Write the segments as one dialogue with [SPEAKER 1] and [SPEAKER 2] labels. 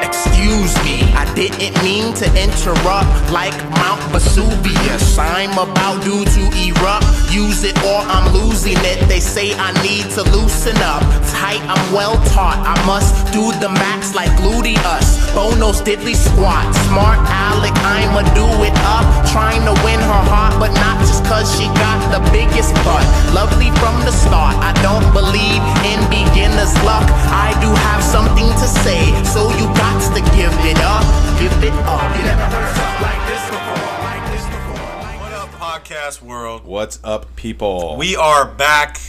[SPEAKER 1] Excuse me, I didn't mean to interrupt like Mount Vesuvius. I'm about due to erupt. Use it or I'm losing it. They say I need to loosen up. Tight, I'm well taught. I must do the max like gluteus. Bonos diddly squat. Smart Alec, I'ma do it up. Trying to win her heart, but not just cause she got the biggest butt. Lovely from the start. I don't believe in beginner's luck. I do have something to say, so you got to give it up. Give it up. You never heard something like this before. Like this before. Like
[SPEAKER 2] What up, podcast world?
[SPEAKER 3] What's up, people?
[SPEAKER 2] We are back.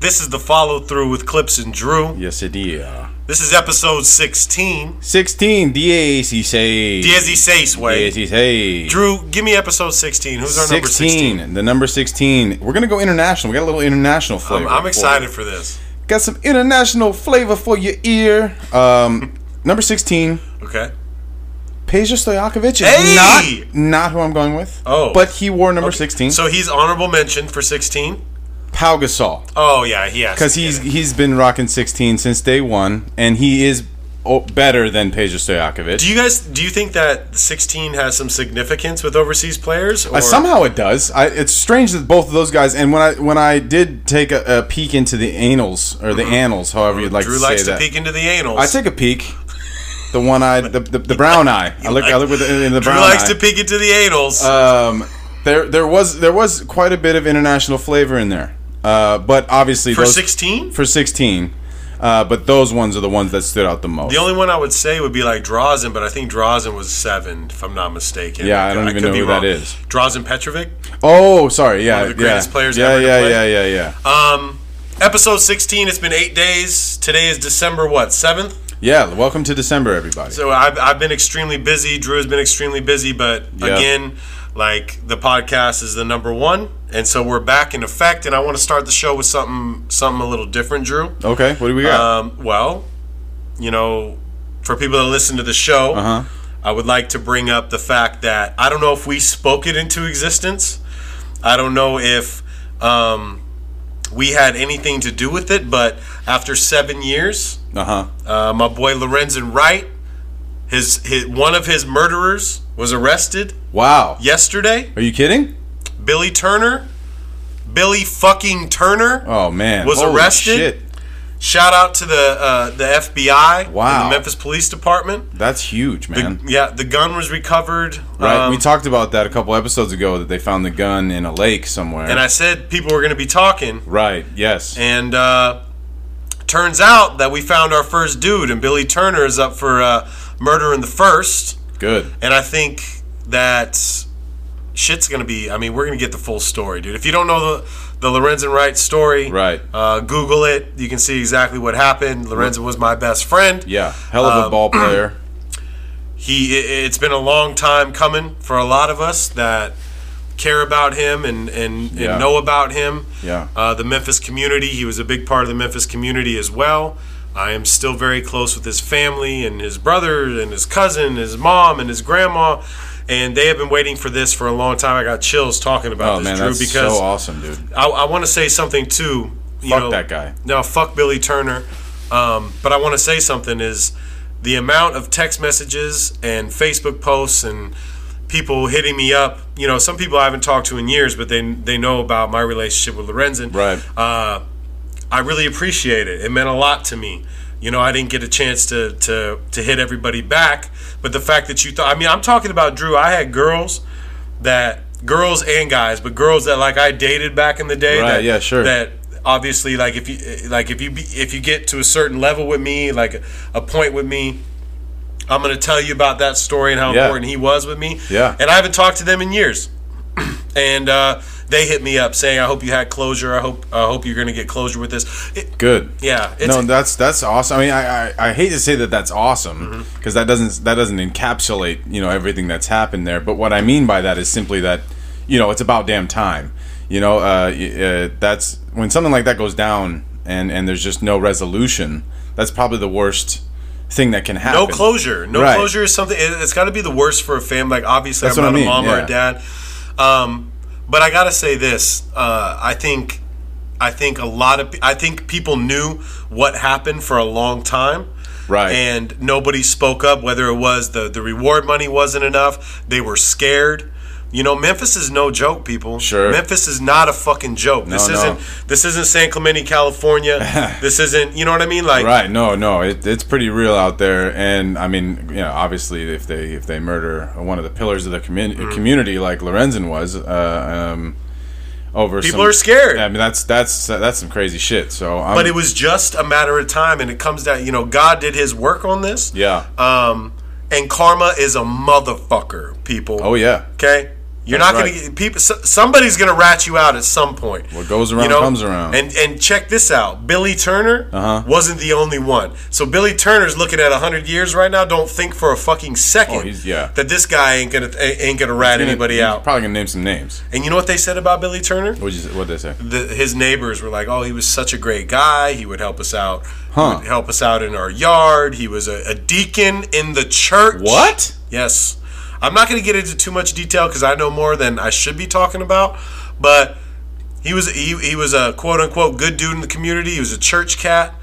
[SPEAKER 2] This is the follow through with Clips and Drew.
[SPEAKER 3] yes, it is.
[SPEAKER 2] This is episode 16.
[SPEAKER 3] 16, diez y seis.
[SPEAKER 2] Diezzy Sace way.
[SPEAKER 3] Diez y seis.
[SPEAKER 2] Drew, give me episode 16. Who's our number 16?
[SPEAKER 3] 16, the number 16. We're going to go international. We got a little international
[SPEAKER 2] I'm,
[SPEAKER 3] flavor.
[SPEAKER 2] I'm
[SPEAKER 3] for
[SPEAKER 2] excited
[SPEAKER 3] you.
[SPEAKER 2] for this.
[SPEAKER 3] Got some international flavor for your ear. Um, number 16,
[SPEAKER 2] Okay.
[SPEAKER 3] Peja Stojakovic is
[SPEAKER 2] Hey!
[SPEAKER 3] not, not who I'm going with.
[SPEAKER 2] Oh.
[SPEAKER 3] But he wore number 16.
[SPEAKER 2] So he's honorable mention for 16.
[SPEAKER 3] Pau Gasol.
[SPEAKER 2] Oh, yeah, he has. to
[SPEAKER 3] Because
[SPEAKER 2] get
[SPEAKER 3] he's
[SPEAKER 2] it.
[SPEAKER 3] he's been rocking 16 since day one, and he is oh, better than Peja Stojakovic.
[SPEAKER 2] Do you guys do you think that 16 has some significance with overseas players? Or
[SPEAKER 3] Uh, somehow it does. I, it's strange that both of those guys. And when I when I did take a, a peek into the annals or the annals, however you'd like
[SPEAKER 2] Mm-hmm. Drew
[SPEAKER 3] to
[SPEAKER 2] likes
[SPEAKER 3] say
[SPEAKER 2] to
[SPEAKER 3] that,
[SPEAKER 2] peek into the anals.
[SPEAKER 3] I take a peek. The one eyed, the, the, the brown eye. I look. I look with the, in the
[SPEAKER 2] Drew
[SPEAKER 3] brown
[SPEAKER 2] likes
[SPEAKER 3] eye.
[SPEAKER 2] to peek into the anals.
[SPEAKER 3] um, there there was there was quite a bit of international flavor in there. Uh, but obviously
[SPEAKER 2] for
[SPEAKER 3] those,
[SPEAKER 2] 16?
[SPEAKER 3] for sixteen. Uh, but those ones are the ones that stood out the most.
[SPEAKER 2] The only one I would say would be like Drazen, but I think Drazen was seven, if I'm not mistaken.
[SPEAKER 3] Yeah, I don't even know who that is.
[SPEAKER 2] Drazen Petrovic.
[SPEAKER 3] oh, sorry. Yeah,
[SPEAKER 2] of the greatest
[SPEAKER 3] yeah,
[SPEAKER 2] players
[SPEAKER 3] Yeah,
[SPEAKER 2] ever to
[SPEAKER 3] yeah,
[SPEAKER 2] play.
[SPEAKER 3] yeah, yeah, yeah.
[SPEAKER 2] Um, episode 16. It's been eight days. Today is December what seventh.
[SPEAKER 3] yeah. Welcome to December, everybody.
[SPEAKER 2] So I've, I've been extremely busy. Drew has been extremely busy, but
[SPEAKER 3] Yeah.
[SPEAKER 2] again, like the podcast is the number one, and so we're back in effect. And I want to start the show with something something a little different, Drew.
[SPEAKER 3] okay, what do we got?
[SPEAKER 2] Um, well, you know, for people that listen to the show,
[SPEAKER 3] Uh-huh.
[SPEAKER 2] I would like to bring up the fact that I don't know if we spoke it into existence. I don't know if um, we had anything to do with it, but after seven years,
[SPEAKER 3] Uh huh.
[SPEAKER 2] uh, my boy Lorenzen Wright, his, his one of his murderers was arrested
[SPEAKER 3] Wow.
[SPEAKER 2] yesterday.
[SPEAKER 3] Are you kidding?
[SPEAKER 2] Billy Turner, Billy fucking Turner.
[SPEAKER 3] Oh man.
[SPEAKER 2] Was
[SPEAKER 3] Holy
[SPEAKER 2] arrested?
[SPEAKER 3] Shit.
[SPEAKER 2] Shout out to the uh, the FBI, and
[SPEAKER 3] Wow.
[SPEAKER 2] the Memphis Police Department.
[SPEAKER 3] That's huge, man.
[SPEAKER 2] Yeah, the gun was recovered.
[SPEAKER 3] right.
[SPEAKER 2] um,
[SPEAKER 3] we talked about that a couple episodes ago that they found the gun in a lake somewhere.
[SPEAKER 2] and I said people were going to be talking,
[SPEAKER 3] right. Yes.
[SPEAKER 2] and uh, turns out that we found our first dude, and Billy Turner is up for uh, murder in the first.
[SPEAKER 3] Good.
[SPEAKER 2] And I think that shit's going to be. I mean, we're going to get the full story, dude. If you don't know the the Lorenzen Wright story,
[SPEAKER 3] Right.
[SPEAKER 2] Uh, Google it. You can see exactly what happened. Lorenzen was my best friend.
[SPEAKER 3] Yeah. Hell of a
[SPEAKER 2] Um,
[SPEAKER 3] ball player.
[SPEAKER 2] he it- it's been a long time coming for a lot of us that care about him and and,
[SPEAKER 3] Yeah.
[SPEAKER 2] and know about him
[SPEAKER 3] Yeah.
[SPEAKER 2] uh, the memphis community he was a big part of the memphis community as well i am still very close with his family and his brother and his cousin his mom and his grandma and they have been waiting for this for a long time. I got chills talking about
[SPEAKER 3] Oh
[SPEAKER 2] this,
[SPEAKER 3] man,
[SPEAKER 2] Drew,
[SPEAKER 3] that's
[SPEAKER 2] because
[SPEAKER 3] so awesome, dude.
[SPEAKER 2] I, I want to say something too. You
[SPEAKER 3] Fuck
[SPEAKER 2] know,
[SPEAKER 3] that guy.
[SPEAKER 2] No, fuck Billy Turner. Um, but I want to say something is the amount of text messages and Facebook posts and people hitting me up. You know, some people I haven't talked to in years, but they they know about my relationship with Lorenzen.
[SPEAKER 3] Right.
[SPEAKER 2] Uh, I really appreciate it. It meant a lot to me. You know, I didn't get a chance to to to hit everybody back, but the fact that you thought—I mean, I'm talking about Drew. I had girls that girls and guys, but girls that like I dated back in the day.
[SPEAKER 3] Right,
[SPEAKER 2] That,
[SPEAKER 3] yeah, sure.
[SPEAKER 2] That obviously, like if you like if you be, if you get to a certain level with me, like a, a point with me, I'm gonna tell you about that story and how
[SPEAKER 3] Yeah.
[SPEAKER 2] important he was with me.
[SPEAKER 3] Yeah.
[SPEAKER 2] And I haven't talked to them in years, and uh, they hit me up saying, "I hope you had closure. I hope I hope you're gonna get closure with this." It,
[SPEAKER 3] Good.
[SPEAKER 2] yeah. It's,
[SPEAKER 3] No, that's that's awesome. I mean, I, I, I hate to say that that's awesome
[SPEAKER 2] Mm-hmm.
[SPEAKER 3] because that doesn't that doesn't encapsulate you know everything that's happened there. But what I mean by that is simply that you know it's about damn time. You know, uh, y- uh, that's when something like that goes down and and there's just no resolution. That's probably the worst thing that can happen.
[SPEAKER 2] no closure. No
[SPEAKER 3] Right.
[SPEAKER 2] closure is something. It, it's got to be the worst for a family. Like obviously,
[SPEAKER 3] That's
[SPEAKER 2] I'm
[SPEAKER 3] what
[SPEAKER 2] not
[SPEAKER 3] I mean,
[SPEAKER 2] a mom or
[SPEAKER 3] yeah.
[SPEAKER 2] a dad. Um, but I gotta say this. Uh, I think, I think a lot of, pe- I think people knew what happened for a long time.
[SPEAKER 3] Right.
[SPEAKER 2] And nobody spoke up. Whether it was the the reward money wasn't enough, they were scared. You know, Memphis is no joke, people.
[SPEAKER 3] Sure.
[SPEAKER 2] Memphis is not a fucking joke. this
[SPEAKER 3] no.
[SPEAKER 2] isn't. This isn't San Clemente, California. this isn't. You know what I mean? Like,
[SPEAKER 3] Right? No, no, it, it's pretty real out there. And I mean, you know, obviously, if they if they murder one of the pillars of the commun-
[SPEAKER 2] Mm-hmm.
[SPEAKER 3] community, like Lorenzen was, uh, um, over
[SPEAKER 2] People
[SPEAKER 3] some-
[SPEAKER 2] are scared.
[SPEAKER 3] I mean, that's that's that's some crazy shit. So, I'm,
[SPEAKER 2] but it was just a matter of time and it comes down you know god did his work on this
[SPEAKER 3] yeah,
[SPEAKER 2] um and karma is a motherfucker people
[SPEAKER 3] oh yeah,
[SPEAKER 2] okay you're
[SPEAKER 3] That's
[SPEAKER 2] not
[SPEAKER 3] right.
[SPEAKER 2] gonna get people so- somebody's gonna rat you out at some point
[SPEAKER 3] What goes around comes around.
[SPEAKER 2] and and check this out billy turner
[SPEAKER 3] Uh-huh.
[SPEAKER 2] wasn't the only one so billy turner's looking at 100 years right now don't think for a fucking second
[SPEAKER 3] Oh, he's- yeah.
[SPEAKER 2] that this guy ain't gonna ain't gonna rat anybody
[SPEAKER 3] You're
[SPEAKER 2] out
[SPEAKER 3] Probably gonna name some names.
[SPEAKER 2] and you know what they said about billy turner
[SPEAKER 3] What you what they say?
[SPEAKER 2] the, his neighbors were like, "Oh, he was such a great guy. He would help us out.
[SPEAKER 3] Huh.
[SPEAKER 2] He would help us out in our yard. He was a, a deacon in the church."
[SPEAKER 3] What?
[SPEAKER 2] Yes. I'm not going to get into too much detail because I know more than I should be talking about, but he was he, he was a quote unquote good dude in the community. He was a church cat.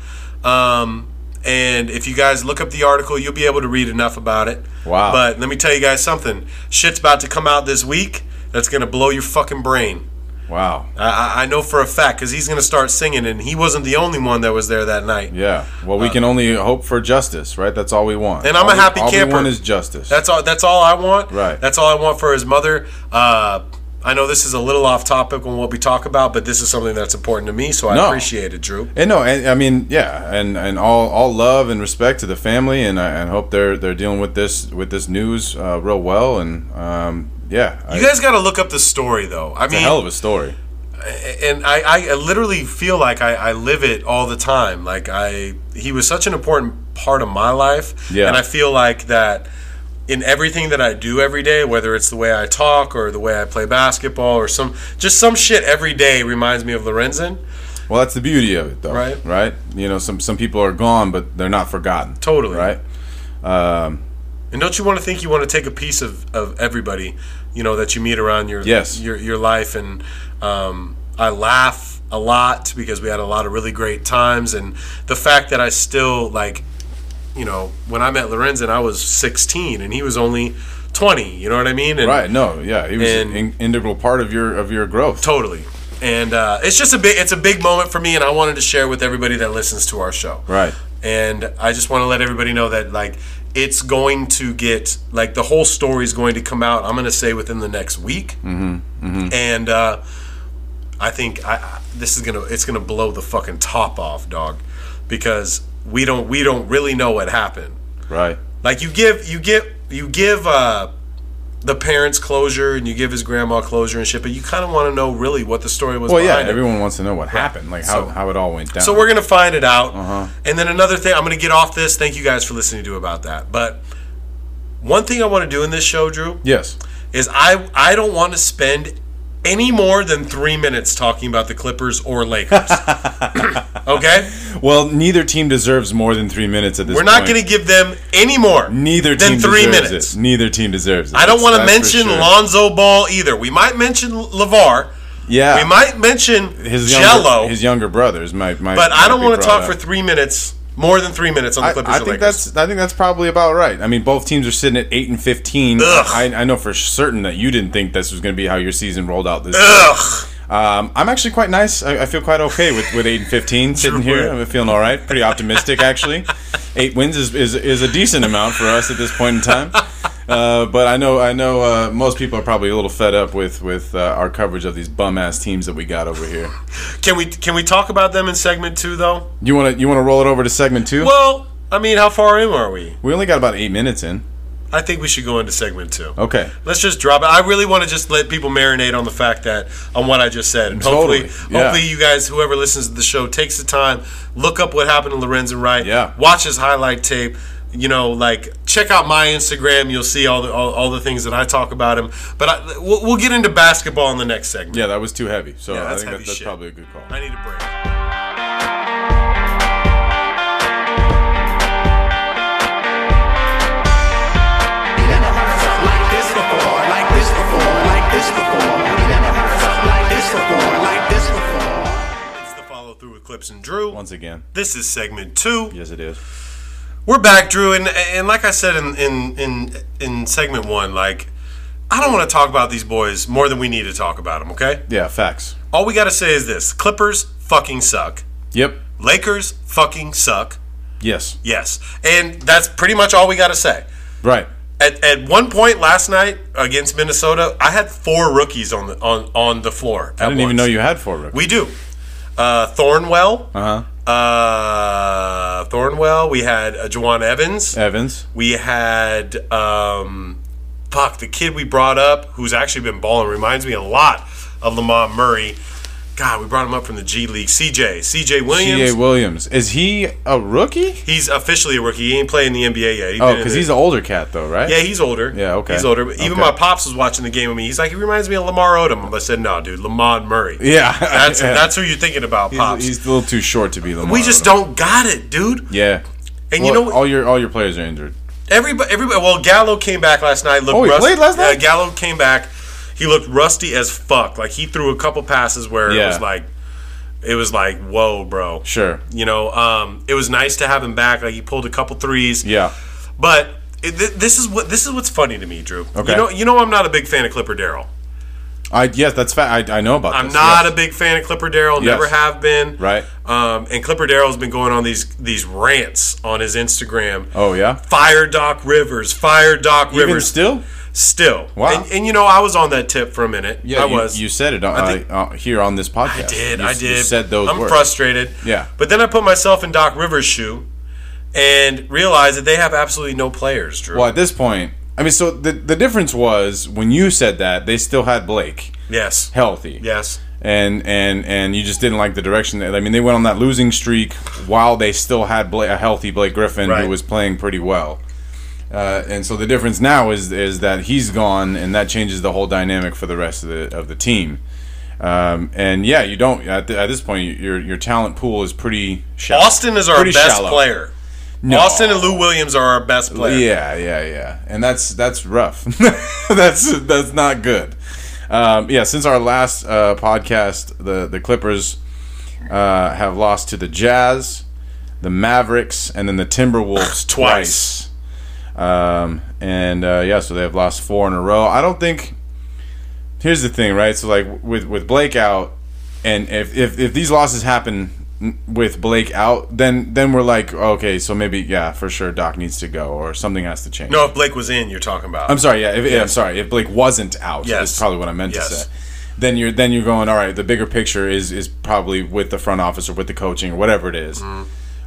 [SPEAKER 2] Um, and if you guys look up the article, you'll be able to read enough about it.
[SPEAKER 3] Wow.
[SPEAKER 2] But let me tell you guys something. Shit's about to come out this week that's going to blow your fucking brain.
[SPEAKER 3] Wow.
[SPEAKER 2] I, I- I know for a fact because he's going to start singing, and he wasn't the only one that was there that night.
[SPEAKER 3] Yeah. Well, we can only hope for justice, right? That's all we want.
[SPEAKER 2] Uh, And I'm
[SPEAKER 3] All
[SPEAKER 2] a
[SPEAKER 3] we-
[SPEAKER 2] happy
[SPEAKER 3] all
[SPEAKER 2] camper.
[SPEAKER 3] All we want is justice.
[SPEAKER 2] That's all. That's all I want.
[SPEAKER 3] Right.
[SPEAKER 2] That's all I want for his mother. Uh, I know this is a little off topic on what we talk about, but this is something that's important to me, so I
[SPEAKER 3] No.
[SPEAKER 2] appreciate it, Drew.
[SPEAKER 3] And no, and I mean, yeah, and and all all love and respect to the family, and I and hope they're they're dealing with this with this news uh, real well, and um, yeah, I,
[SPEAKER 2] You guys got to look up the story, though. I
[SPEAKER 3] it's
[SPEAKER 2] mean,
[SPEAKER 3] a hell of a story.
[SPEAKER 2] and I, I literally feel like I, I live it all the time. Like I, he was such an important part of my life,
[SPEAKER 3] Yeah.
[SPEAKER 2] and I feel like that in everything that I do every day, whether it's the way I talk or the way I play basketball or some just some shit every day reminds me of Lorenzen.
[SPEAKER 3] Well, that's the beauty of it, though,
[SPEAKER 2] Right.
[SPEAKER 3] Right? You know, some some people are gone, but they're not forgotten.
[SPEAKER 2] Totally.
[SPEAKER 3] Right. Um,
[SPEAKER 2] And don't you want to think you want to take a piece of, of everybody, you know, that you meet around your
[SPEAKER 3] Yes.
[SPEAKER 2] your your life? And um, I laugh a lot because we had a lot of really great times, and the fact that I still like, you know, when I met Lorenzen, I was 16 and he was only 20. You know what I mean? And
[SPEAKER 3] right. No. Yeah. He was
[SPEAKER 2] And-
[SPEAKER 3] an in- integral part of your of your growth.
[SPEAKER 2] Totally. And uh, it's just a big it's a big moment for me, and I wanted to share with everybody that listens to our show.
[SPEAKER 3] Right.
[SPEAKER 2] and I just want to let everybody know that like it's going to get like the whole story is going to come out. I'm going to say within the next week, mm-hmm. and uh, I think I, I, this is gonna it's gonna blow the fucking top off, dog, because we don't we don't really know what happened.
[SPEAKER 3] Right.
[SPEAKER 2] Like you give you give you give uh, the parents closure and you give his grandma closure and shit, but you kind of want to know really what the story was.
[SPEAKER 3] Well, yeah.
[SPEAKER 2] behind it.
[SPEAKER 3] Everyone wants to know what happened, like how,
[SPEAKER 2] So-
[SPEAKER 3] how it all went down.
[SPEAKER 2] So we're gonna find it out.
[SPEAKER 3] Uh-huh.
[SPEAKER 2] And then another thing, I'm gonna get off this. Thank you guys for listening to about that. But one thing I want to do in this show, Drew,
[SPEAKER 3] yes.
[SPEAKER 2] is I I don't want to spend any more than three minutes talking about the Clippers or Lakers. okay?
[SPEAKER 3] Well, neither team deserves more than three minutes at this.
[SPEAKER 2] We're not
[SPEAKER 3] point.
[SPEAKER 2] going to give them any more
[SPEAKER 3] Neither
[SPEAKER 2] than
[SPEAKER 3] team
[SPEAKER 2] three
[SPEAKER 3] deserves
[SPEAKER 2] minutes.
[SPEAKER 3] It. Neither team deserves it.
[SPEAKER 2] I don't
[SPEAKER 3] That's-
[SPEAKER 2] want to
[SPEAKER 3] that's for
[SPEAKER 2] mention
[SPEAKER 3] sure.
[SPEAKER 2] Lonzo Ball either. We might mention LeVar.
[SPEAKER 3] Yeah.
[SPEAKER 2] We might mention
[SPEAKER 3] his
[SPEAKER 2] Jello.
[SPEAKER 3] younger, his younger brothers might might.
[SPEAKER 2] but I don't
[SPEAKER 3] want
[SPEAKER 2] want to talk for three minutes, more than three minutes on the
[SPEAKER 3] I,
[SPEAKER 2] Clippers
[SPEAKER 3] I
[SPEAKER 2] or
[SPEAKER 3] think
[SPEAKER 2] Lakers.
[SPEAKER 3] that's I think that's probably about right. I mean, both teams are sitting at eight and fifteen.
[SPEAKER 2] Ugh.
[SPEAKER 3] I, I know for certain that you didn't think this was going to be how your season rolled out this.
[SPEAKER 2] Ugh.
[SPEAKER 3] Um, I'm actually quite nice. I, I feel quite okay with, with eight and fifteen sitting here. I'm feeling all right. Pretty optimistic actually. Eight wins is, is, is a decent amount for us at this point in time. Uh, but I know I know uh, most people are probably a little fed up with with uh, our coverage of these bum ass teams that we got over here.
[SPEAKER 2] Can we can we talk about them in segment two though?
[SPEAKER 3] You want to you want to roll it over to segment two?
[SPEAKER 2] Well, I mean, how far in are we?
[SPEAKER 3] we only got about eight minutes in.
[SPEAKER 2] I think we should go into segment two.
[SPEAKER 3] Okay.
[SPEAKER 2] Let's just drop it. I really want to just let people marinate on the fact that on what I just said, and hopefully,
[SPEAKER 3] Totally, yeah.
[SPEAKER 2] hopefully you guys, whoever listens to the show, takes the time, look up what happened to Lorenzen Wright,
[SPEAKER 3] Yeah.
[SPEAKER 2] watch his highlight tape. You know, like check out my Instagram. You'll see all the all, all the things that I talk about him. But I, we'll, we'll get into basketball in the next segment.
[SPEAKER 3] Yeah, that was too heavy. So
[SPEAKER 2] Yeah,
[SPEAKER 3] I
[SPEAKER 2] that's
[SPEAKER 3] think
[SPEAKER 2] heavy
[SPEAKER 3] that, that's
[SPEAKER 2] shit.
[SPEAKER 3] probably a good call.
[SPEAKER 2] I need a break.
[SPEAKER 1] Like this before, like this before, like this before. Like this before, like this before.
[SPEAKER 2] It's the follow through with Clips and Drew.
[SPEAKER 3] Once again,
[SPEAKER 2] This is segment two.
[SPEAKER 3] yes, it is.
[SPEAKER 2] We're back, Drew, and and like I said in in in, in segment one, like I don't want to talk about these boys more than we need to talk about them. Okay,
[SPEAKER 3] Yeah, facts.
[SPEAKER 2] all we got to say is this: Clippers fucking suck.
[SPEAKER 3] Yep.
[SPEAKER 2] Lakers fucking suck.
[SPEAKER 3] Yes.
[SPEAKER 2] Yes, and that's pretty much all we got to say.
[SPEAKER 3] Right.
[SPEAKER 2] At, at one point last night against Minnesota, I had four rookies on the on, on the floor.
[SPEAKER 3] I didn't even know you had four rookies.
[SPEAKER 2] We do. Uh, Thornwell.
[SPEAKER 3] uh huh.
[SPEAKER 2] Uh, Thornwell. We had uh, Jawan Evans.
[SPEAKER 3] Evans.
[SPEAKER 2] We had um, fuck the kid we brought up, who's actually been balling. Reminds me a lot of Lamont Murray. God, we brought him up from the G League. CJ, CJ Williams.
[SPEAKER 3] T.A. Williams. Is he a rookie?
[SPEAKER 2] he's officially a rookie. He ain't playing the NBA yet. He's
[SPEAKER 3] Oh,
[SPEAKER 2] been in
[SPEAKER 3] because
[SPEAKER 2] the-
[SPEAKER 3] he's an older cat, though, right?
[SPEAKER 2] yeah, he's older.
[SPEAKER 3] Yeah, okay.
[SPEAKER 2] He's older. Even
[SPEAKER 3] Okay.
[SPEAKER 2] my pops was watching the game with me. He's like, he reminds me of Lamar Odom. I said, no, dude, Lamont Murray.
[SPEAKER 3] Yeah.
[SPEAKER 2] that's
[SPEAKER 3] Yeah.
[SPEAKER 2] that's who you're thinking about,
[SPEAKER 3] He's,
[SPEAKER 2] pops.
[SPEAKER 3] he's a little too short to be Lamar.
[SPEAKER 2] we just
[SPEAKER 3] Odom.
[SPEAKER 2] don't got it, dude.
[SPEAKER 3] Yeah.
[SPEAKER 2] And
[SPEAKER 3] Well,
[SPEAKER 2] you know what?
[SPEAKER 3] all your all your players are injured.
[SPEAKER 2] Everybody, everybody. Well, Gallo came back last night. Looked
[SPEAKER 3] Oh, he
[SPEAKER 2] rusty.
[SPEAKER 3] played last night?
[SPEAKER 2] Yeah, Gallo came back. He looked rusty as fuck. Like he threw a couple passes where it
[SPEAKER 3] Yeah.
[SPEAKER 2] was like, it was like, whoa, bro.
[SPEAKER 3] Sure.
[SPEAKER 2] You know, um, it was nice to have him back. Like he pulled a couple threes.
[SPEAKER 3] Yeah.
[SPEAKER 2] But it, th- this is what this is what's funny to me, Drew.
[SPEAKER 3] Okay.
[SPEAKER 2] You know, you know, I'm not a big fan of Clipper Daryl.
[SPEAKER 3] I yes, that's fact. I, I know about.
[SPEAKER 2] I'm
[SPEAKER 3] this,
[SPEAKER 2] not
[SPEAKER 3] yes.
[SPEAKER 2] a big fan of Clipper Daryl. Never
[SPEAKER 3] Yes.
[SPEAKER 2] have been.
[SPEAKER 3] Right.
[SPEAKER 2] Um, and Clipper Daryl's been going on these these rants on his Instagram.
[SPEAKER 3] Oh yeah.
[SPEAKER 2] Fire Doc Rivers. Fire Doc
[SPEAKER 3] Even
[SPEAKER 2] Rivers.
[SPEAKER 3] still.
[SPEAKER 2] Still.
[SPEAKER 3] Wow.
[SPEAKER 2] And, and you know, I was on that tip for a minute.
[SPEAKER 3] Yeah,
[SPEAKER 2] I
[SPEAKER 3] you,
[SPEAKER 2] was.
[SPEAKER 3] You said it uh,
[SPEAKER 2] I think-
[SPEAKER 3] uh, here on this podcast.
[SPEAKER 2] I did.
[SPEAKER 3] You-
[SPEAKER 2] I
[SPEAKER 3] you
[SPEAKER 2] did.
[SPEAKER 3] said those
[SPEAKER 2] I'm
[SPEAKER 3] words.
[SPEAKER 2] frustrated.
[SPEAKER 3] Yeah.
[SPEAKER 2] But then I put myself in Doc Rivers' shoe and realized that they have absolutely no players, Drew.
[SPEAKER 3] Well, at this point, I mean, so the the difference was when you said that they still had Blake
[SPEAKER 2] Yes.
[SPEAKER 3] healthy.
[SPEAKER 2] Yes.
[SPEAKER 3] and and and you just didn't like the direction that I mean they went on that losing streak while they still had Bla a healthy Blake Griffin
[SPEAKER 2] Right.
[SPEAKER 3] who was playing pretty well. Uh, and so the difference now is is that he's gone, and that changes the whole dynamic for the rest of the of the team. Um, and yeah, you don't at, th- at this point your your talent pool is pretty shallow.
[SPEAKER 2] Austin is our
[SPEAKER 3] Pretty
[SPEAKER 2] best
[SPEAKER 3] shallow.
[SPEAKER 2] player. Austin and Lou Williams are our best player.
[SPEAKER 3] Yeah, yeah, yeah, and that's that's rough. that's that's not good. Um, yeah, since our last uh, podcast, the the Clippers uh, have lost to the Jazz, the Mavericks, and then the
[SPEAKER 2] Twice.
[SPEAKER 3] Timberwolves twice. Um, and uh, yeah, so they have lost four in a row. I don't think. Here's the thing, right? So like with with Blake out, and if if, if these losses happen n- with Blake out, then then we're like, okay, so maybe yeah, for sure, Doc needs to go or something has to change.
[SPEAKER 2] No, if Blake was in, you're talking about.
[SPEAKER 3] I'm sorry. Yeah, if, yeah, I'm sorry. If Blake wasn't out,
[SPEAKER 2] Yes.
[SPEAKER 3] that's probably what I meant to
[SPEAKER 2] Yes.
[SPEAKER 3] say. Then you're then you're going. All right, the bigger picture is is probably with the front office or with the coaching or whatever it is.
[SPEAKER 2] Mm-hmm.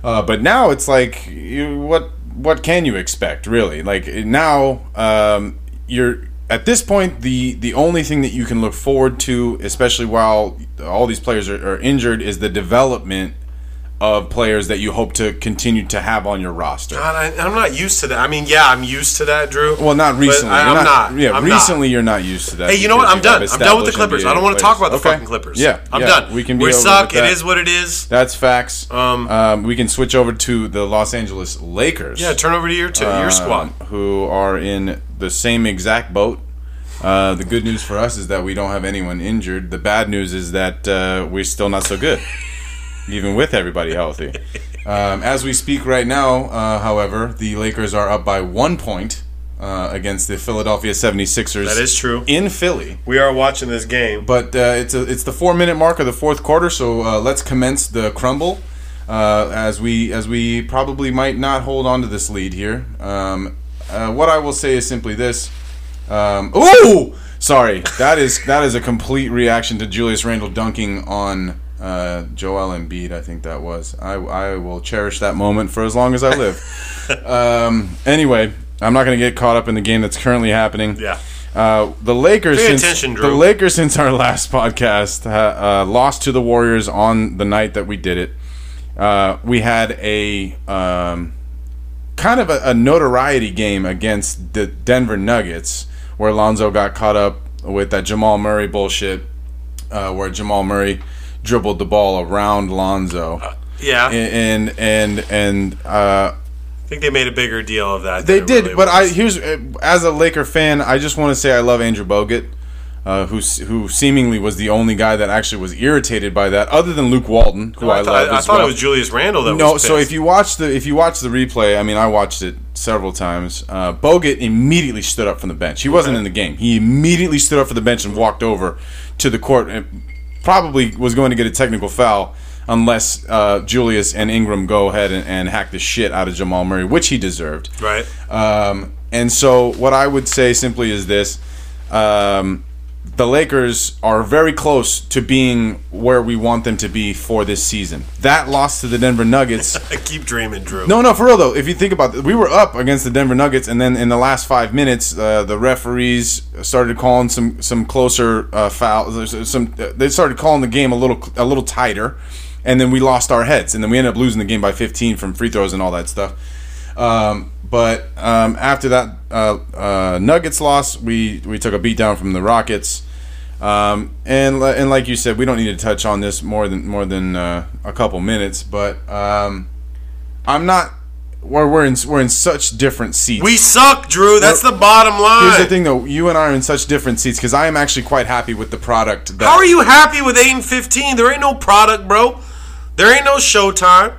[SPEAKER 3] Uh, but now it's like you, what what can you expect really? Like now um, you're at this point the the only thing that you can look forward to, especially while all these players are, are injured, is the development of players that you hope to continue to have on your roster.
[SPEAKER 2] God, I, I'm not used to that. I mean, yeah, I'm used to that, Drew.
[SPEAKER 3] Well, not
[SPEAKER 2] But
[SPEAKER 3] recently.
[SPEAKER 2] I,
[SPEAKER 3] You're
[SPEAKER 2] am not.
[SPEAKER 3] Yeah,
[SPEAKER 2] I'm not.
[SPEAKER 3] recently you're not used to that.
[SPEAKER 2] Hey, you know what?
[SPEAKER 3] because
[SPEAKER 2] I'm
[SPEAKER 3] you
[SPEAKER 2] done.
[SPEAKER 3] have
[SPEAKER 2] I'm done with the
[SPEAKER 3] established
[SPEAKER 2] Clippers.
[SPEAKER 3] NBA
[SPEAKER 2] I don't want to talk about
[SPEAKER 3] players.
[SPEAKER 2] the
[SPEAKER 3] Okay.
[SPEAKER 2] fucking Clippers.
[SPEAKER 3] Yeah,
[SPEAKER 2] I'm
[SPEAKER 3] yeah,
[SPEAKER 2] done.
[SPEAKER 3] We can be
[SPEAKER 2] we
[SPEAKER 3] over
[SPEAKER 2] suck.
[SPEAKER 3] With that.
[SPEAKER 2] It is what it is.
[SPEAKER 3] That's facts.
[SPEAKER 2] Um,
[SPEAKER 3] Um, we can switch over to the Los Angeles Lakers.
[SPEAKER 2] yeah, turn over to your to your
[SPEAKER 3] um,
[SPEAKER 2] squad.
[SPEAKER 3] who are in the same exact boat. Uh, the good news for us is that we don't have anyone injured. The bad news is that uh, we're still not so good, even with everybody healthy. Um, as we speak right now, uh, however, the Lakers are up by one point uh, against the Philadelphia 76ers.
[SPEAKER 2] That is true.
[SPEAKER 3] In Philly.
[SPEAKER 2] We are watching this game.
[SPEAKER 3] But uh, it's a, it's the four minute mark of the fourth quarter, so uh, let's commence the crumble. Uh, as we as we probably might not hold on to this lead here. Um, uh, what I will say is simply this. Um, ooh, sorry. That is that is a complete reaction to Julius Randle dunking on uh, Joel Embiid. I think that was. I I will cherish that moment for as long as I live. um, anyway, I'm not going to get caught up in the game that's currently happening.
[SPEAKER 2] Yeah.
[SPEAKER 3] Uh, the Lakers
[SPEAKER 2] Pay
[SPEAKER 3] since
[SPEAKER 2] attention,
[SPEAKER 3] the
[SPEAKER 2] Drew.
[SPEAKER 3] Lakers since our last podcast uh, uh, lost to the Warriors on the night that we did it. Uh, we had a um, kind of a, a notoriety game against the Denver Nuggets where Lonzo got caught up with that Jamal Murray bullshit, uh, where Jamal Murray dribbled the ball around Lonzo,
[SPEAKER 2] Uh, Yeah,
[SPEAKER 3] and and and. Uh,
[SPEAKER 2] I think they made a bigger deal of that.
[SPEAKER 3] they
[SPEAKER 2] than it
[SPEAKER 3] did,
[SPEAKER 2] really
[SPEAKER 3] but I
[SPEAKER 2] was.
[SPEAKER 3] here's uh, as a Laker fan, I just want to say I love Andrew Bogut, uh, who who seemingly was the only guy that actually was irritated by that, other than Luke Walton, who
[SPEAKER 2] No, I,
[SPEAKER 3] I,
[SPEAKER 2] thought,
[SPEAKER 3] love.
[SPEAKER 2] I
[SPEAKER 3] as
[SPEAKER 2] thought
[SPEAKER 3] well.
[SPEAKER 2] it was Julius Randle that
[SPEAKER 3] No,
[SPEAKER 2] was.
[SPEAKER 3] so
[SPEAKER 2] pissed.
[SPEAKER 3] if you watch the if you watch the replay, I mean, I watched it several times. Uh, Bogut immediately stood up from the bench. He wasn't in the game. He immediately stood up from the bench and walked over to the court, and probably was going to get a technical foul unless uh, Julius and Ingram go ahead and, and hack the shit out of Jamal Murray, which he deserved.
[SPEAKER 2] Right.
[SPEAKER 3] Um, and so, what I would say simply is this: um, the Lakers are very close to being where we want them to be for this season. That loss to the Denver Nuggets.
[SPEAKER 2] I keep dreaming, Drew.
[SPEAKER 3] No, no, for real though. If you think about it, we were up against the Denver Nuggets, and then in the last five minutes, uh, the referees started calling some some closer uh, fouls. Some uh, they started calling the game a little a little tighter, and then we lost our heads, and then we ended up losing the game by 15 from free throws and all that stuff. Um, but um, after that uh, uh, Nuggets loss, we we took a beat down from the Rockets. Um, and li- and like you said, we don't need to touch on this more than more than uh, a couple minutes, but um, I'm not. We're we're in we're in such different seats.
[SPEAKER 2] we suck, Drew. That's the bottom line.
[SPEAKER 3] Here's the thing, though. You and I are in such different seats because I am actually quite happy with the product. That,
[SPEAKER 2] How are you happy with eight and fifteen? There ain't no product, bro. There ain't no showtime.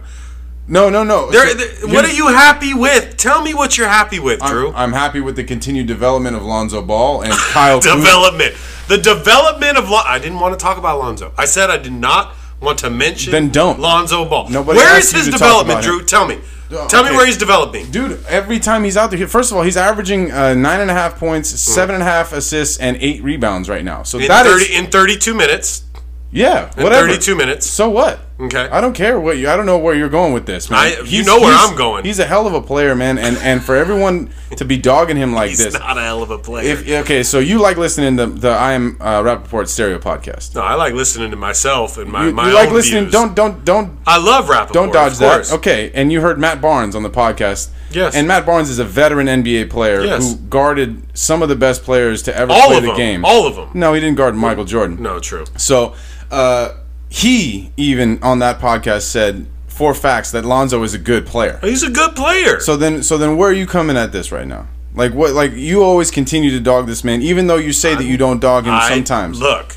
[SPEAKER 3] No, no, no.
[SPEAKER 2] There,
[SPEAKER 3] So,
[SPEAKER 2] there, what are you happy with? Tell me what you're happy with,
[SPEAKER 3] I'm,
[SPEAKER 2] Drew.
[SPEAKER 3] I'm happy with the continued development of Lonzo Ball and Kyle. Kuz-
[SPEAKER 2] development. The development of Lon- I didn't want to talk about Lonzo. I said I did not want to mention.
[SPEAKER 3] Then don't.
[SPEAKER 2] Lonzo Ball.
[SPEAKER 3] Nobody
[SPEAKER 2] where
[SPEAKER 3] asked
[SPEAKER 2] is
[SPEAKER 3] you
[SPEAKER 2] his
[SPEAKER 3] to talk
[SPEAKER 2] development,
[SPEAKER 3] about him.
[SPEAKER 2] Drew? Tell me.
[SPEAKER 3] Uh,
[SPEAKER 2] Tell me
[SPEAKER 3] okay.
[SPEAKER 2] where he's developing.
[SPEAKER 3] Dude, every time he's out there, he- first of all, he's averaging uh, nine and a half points, seven and a half assists, and eight rebounds right now. So
[SPEAKER 2] Mm. In
[SPEAKER 3] that is
[SPEAKER 2] thirty in thirty-two minutes.
[SPEAKER 3] yeah,
[SPEAKER 2] In
[SPEAKER 3] whatever.
[SPEAKER 2] thirty-two minutes.
[SPEAKER 3] So what?
[SPEAKER 2] Okay.
[SPEAKER 3] I don't care what you. I don't know where you're going with this, man.
[SPEAKER 2] I- you know where
[SPEAKER 3] he's-
[SPEAKER 2] I'm going.
[SPEAKER 3] He's a hell of a player, man, and and for everyone to be dogging him like
[SPEAKER 2] He's
[SPEAKER 3] this.
[SPEAKER 2] not a hell of a player.
[SPEAKER 3] If okay, so you like listening to the I am uh, Rappaport stereo podcast.
[SPEAKER 2] no, I like listening to myself and my
[SPEAKER 3] You,
[SPEAKER 2] my
[SPEAKER 3] you like
[SPEAKER 2] own
[SPEAKER 3] listening?
[SPEAKER 2] views.
[SPEAKER 3] Don't don't don't
[SPEAKER 2] I love Rappaport.
[SPEAKER 3] don't dodge
[SPEAKER 2] of
[SPEAKER 3] that.
[SPEAKER 2] course.
[SPEAKER 3] Okay, and you heard Matt Barnes on the podcast.
[SPEAKER 2] Yes.
[SPEAKER 3] And Matt Barnes is a veteran NBA player
[SPEAKER 2] Yes.
[SPEAKER 3] who guarded some of the best players to ever
[SPEAKER 2] All
[SPEAKER 3] play
[SPEAKER 2] of
[SPEAKER 3] the
[SPEAKER 2] them.
[SPEAKER 3] game.
[SPEAKER 2] All of them.
[SPEAKER 3] No, he didn't guard Michael Jordan.
[SPEAKER 2] No, true.
[SPEAKER 3] So uh, he even on that podcast said for facts that Lonzo is a good player.
[SPEAKER 2] He's a good player.
[SPEAKER 3] So then, so then, where are you coming at this right now? Like what? Like you always continue to dog this man, even though you say that you don't dog him
[SPEAKER 2] I-
[SPEAKER 3] sometimes.
[SPEAKER 2] Look,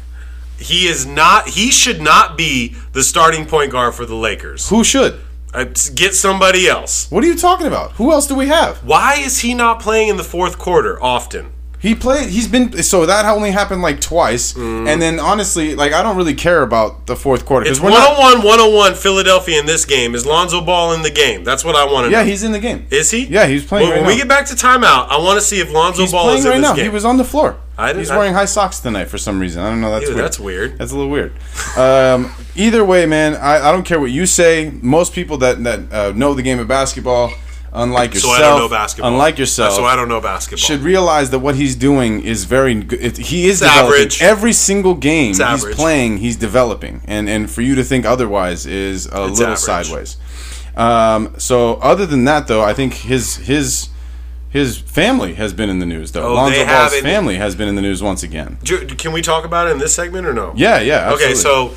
[SPEAKER 2] he is not. He should not be the starting point guard for the Lakers.
[SPEAKER 3] Who should?
[SPEAKER 2] Uh, s- Get somebody else.
[SPEAKER 3] What are you talking about? Who else do we have?
[SPEAKER 2] Why is he not playing in the fourth quarter often?
[SPEAKER 3] He played. He's been. So that only happened like twice. And then honestly, like I don't really care about the fourth quarter
[SPEAKER 2] Mm. It's
[SPEAKER 3] because we're not.
[SPEAKER 2] 101 101 Philadelphia in this game. Is Lonzo Ball in the game? That's what I want to know.
[SPEAKER 3] Yeah, he's in the game.
[SPEAKER 2] Is he?
[SPEAKER 3] Yeah, he's playing
[SPEAKER 2] When,
[SPEAKER 3] right
[SPEAKER 2] when we
[SPEAKER 3] now.
[SPEAKER 2] get back to timeout, I want to see if Lonzo
[SPEAKER 3] He's
[SPEAKER 2] Ball is
[SPEAKER 3] playing
[SPEAKER 2] in
[SPEAKER 3] right
[SPEAKER 2] this
[SPEAKER 3] now.
[SPEAKER 2] game.
[SPEAKER 3] He was on the floor.
[SPEAKER 2] I didn't-
[SPEAKER 3] he's
[SPEAKER 2] I-
[SPEAKER 3] wearing high socks tonight for some reason. I don't know. That's
[SPEAKER 2] Ew,
[SPEAKER 3] weird.
[SPEAKER 2] that's weird.
[SPEAKER 3] That's a little weird. Um, either way, man, I, I don't care what you say. Most people that that uh, know the game of basketball unlike
[SPEAKER 2] So
[SPEAKER 3] yourself,
[SPEAKER 2] I don't know basketball.
[SPEAKER 3] unlike yourself,
[SPEAKER 2] So I don't know basketball.
[SPEAKER 3] should realize that what he's doing is very good. It, he is
[SPEAKER 2] It's
[SPEAKER 3] developing.
[SPEAKER 2] average.
[SPEAKER 3] Every single game he's
[SPEAKER 2] average.
[SPEAKER 3] playing, he's developing, and and for you to think otherwise is a
[SPEAKER 2] It's
[SPEAKER 3] little
[SPEAKER 2] average.
[SPEAKER 3] sideways. Um, so other than that, though, I think his his his family has been in the news though.
[SPEAKER 2] Oh,
[SPEAKER 3] Lonzo
[SPEAKER 2] they
[SPEAKER 3] Ball's
[SPEAKER 2] haven't-
[SPEAKER 3] family has been in the news once again.
[SPEAKER 2] Ju- Can we talk about it in this segment or no?
[SPEAKER 3] Yeah, yeah.
[SPEAKER 2] Okay,
[SPEAKER 3] absolutely.
[SPEAKER 2] so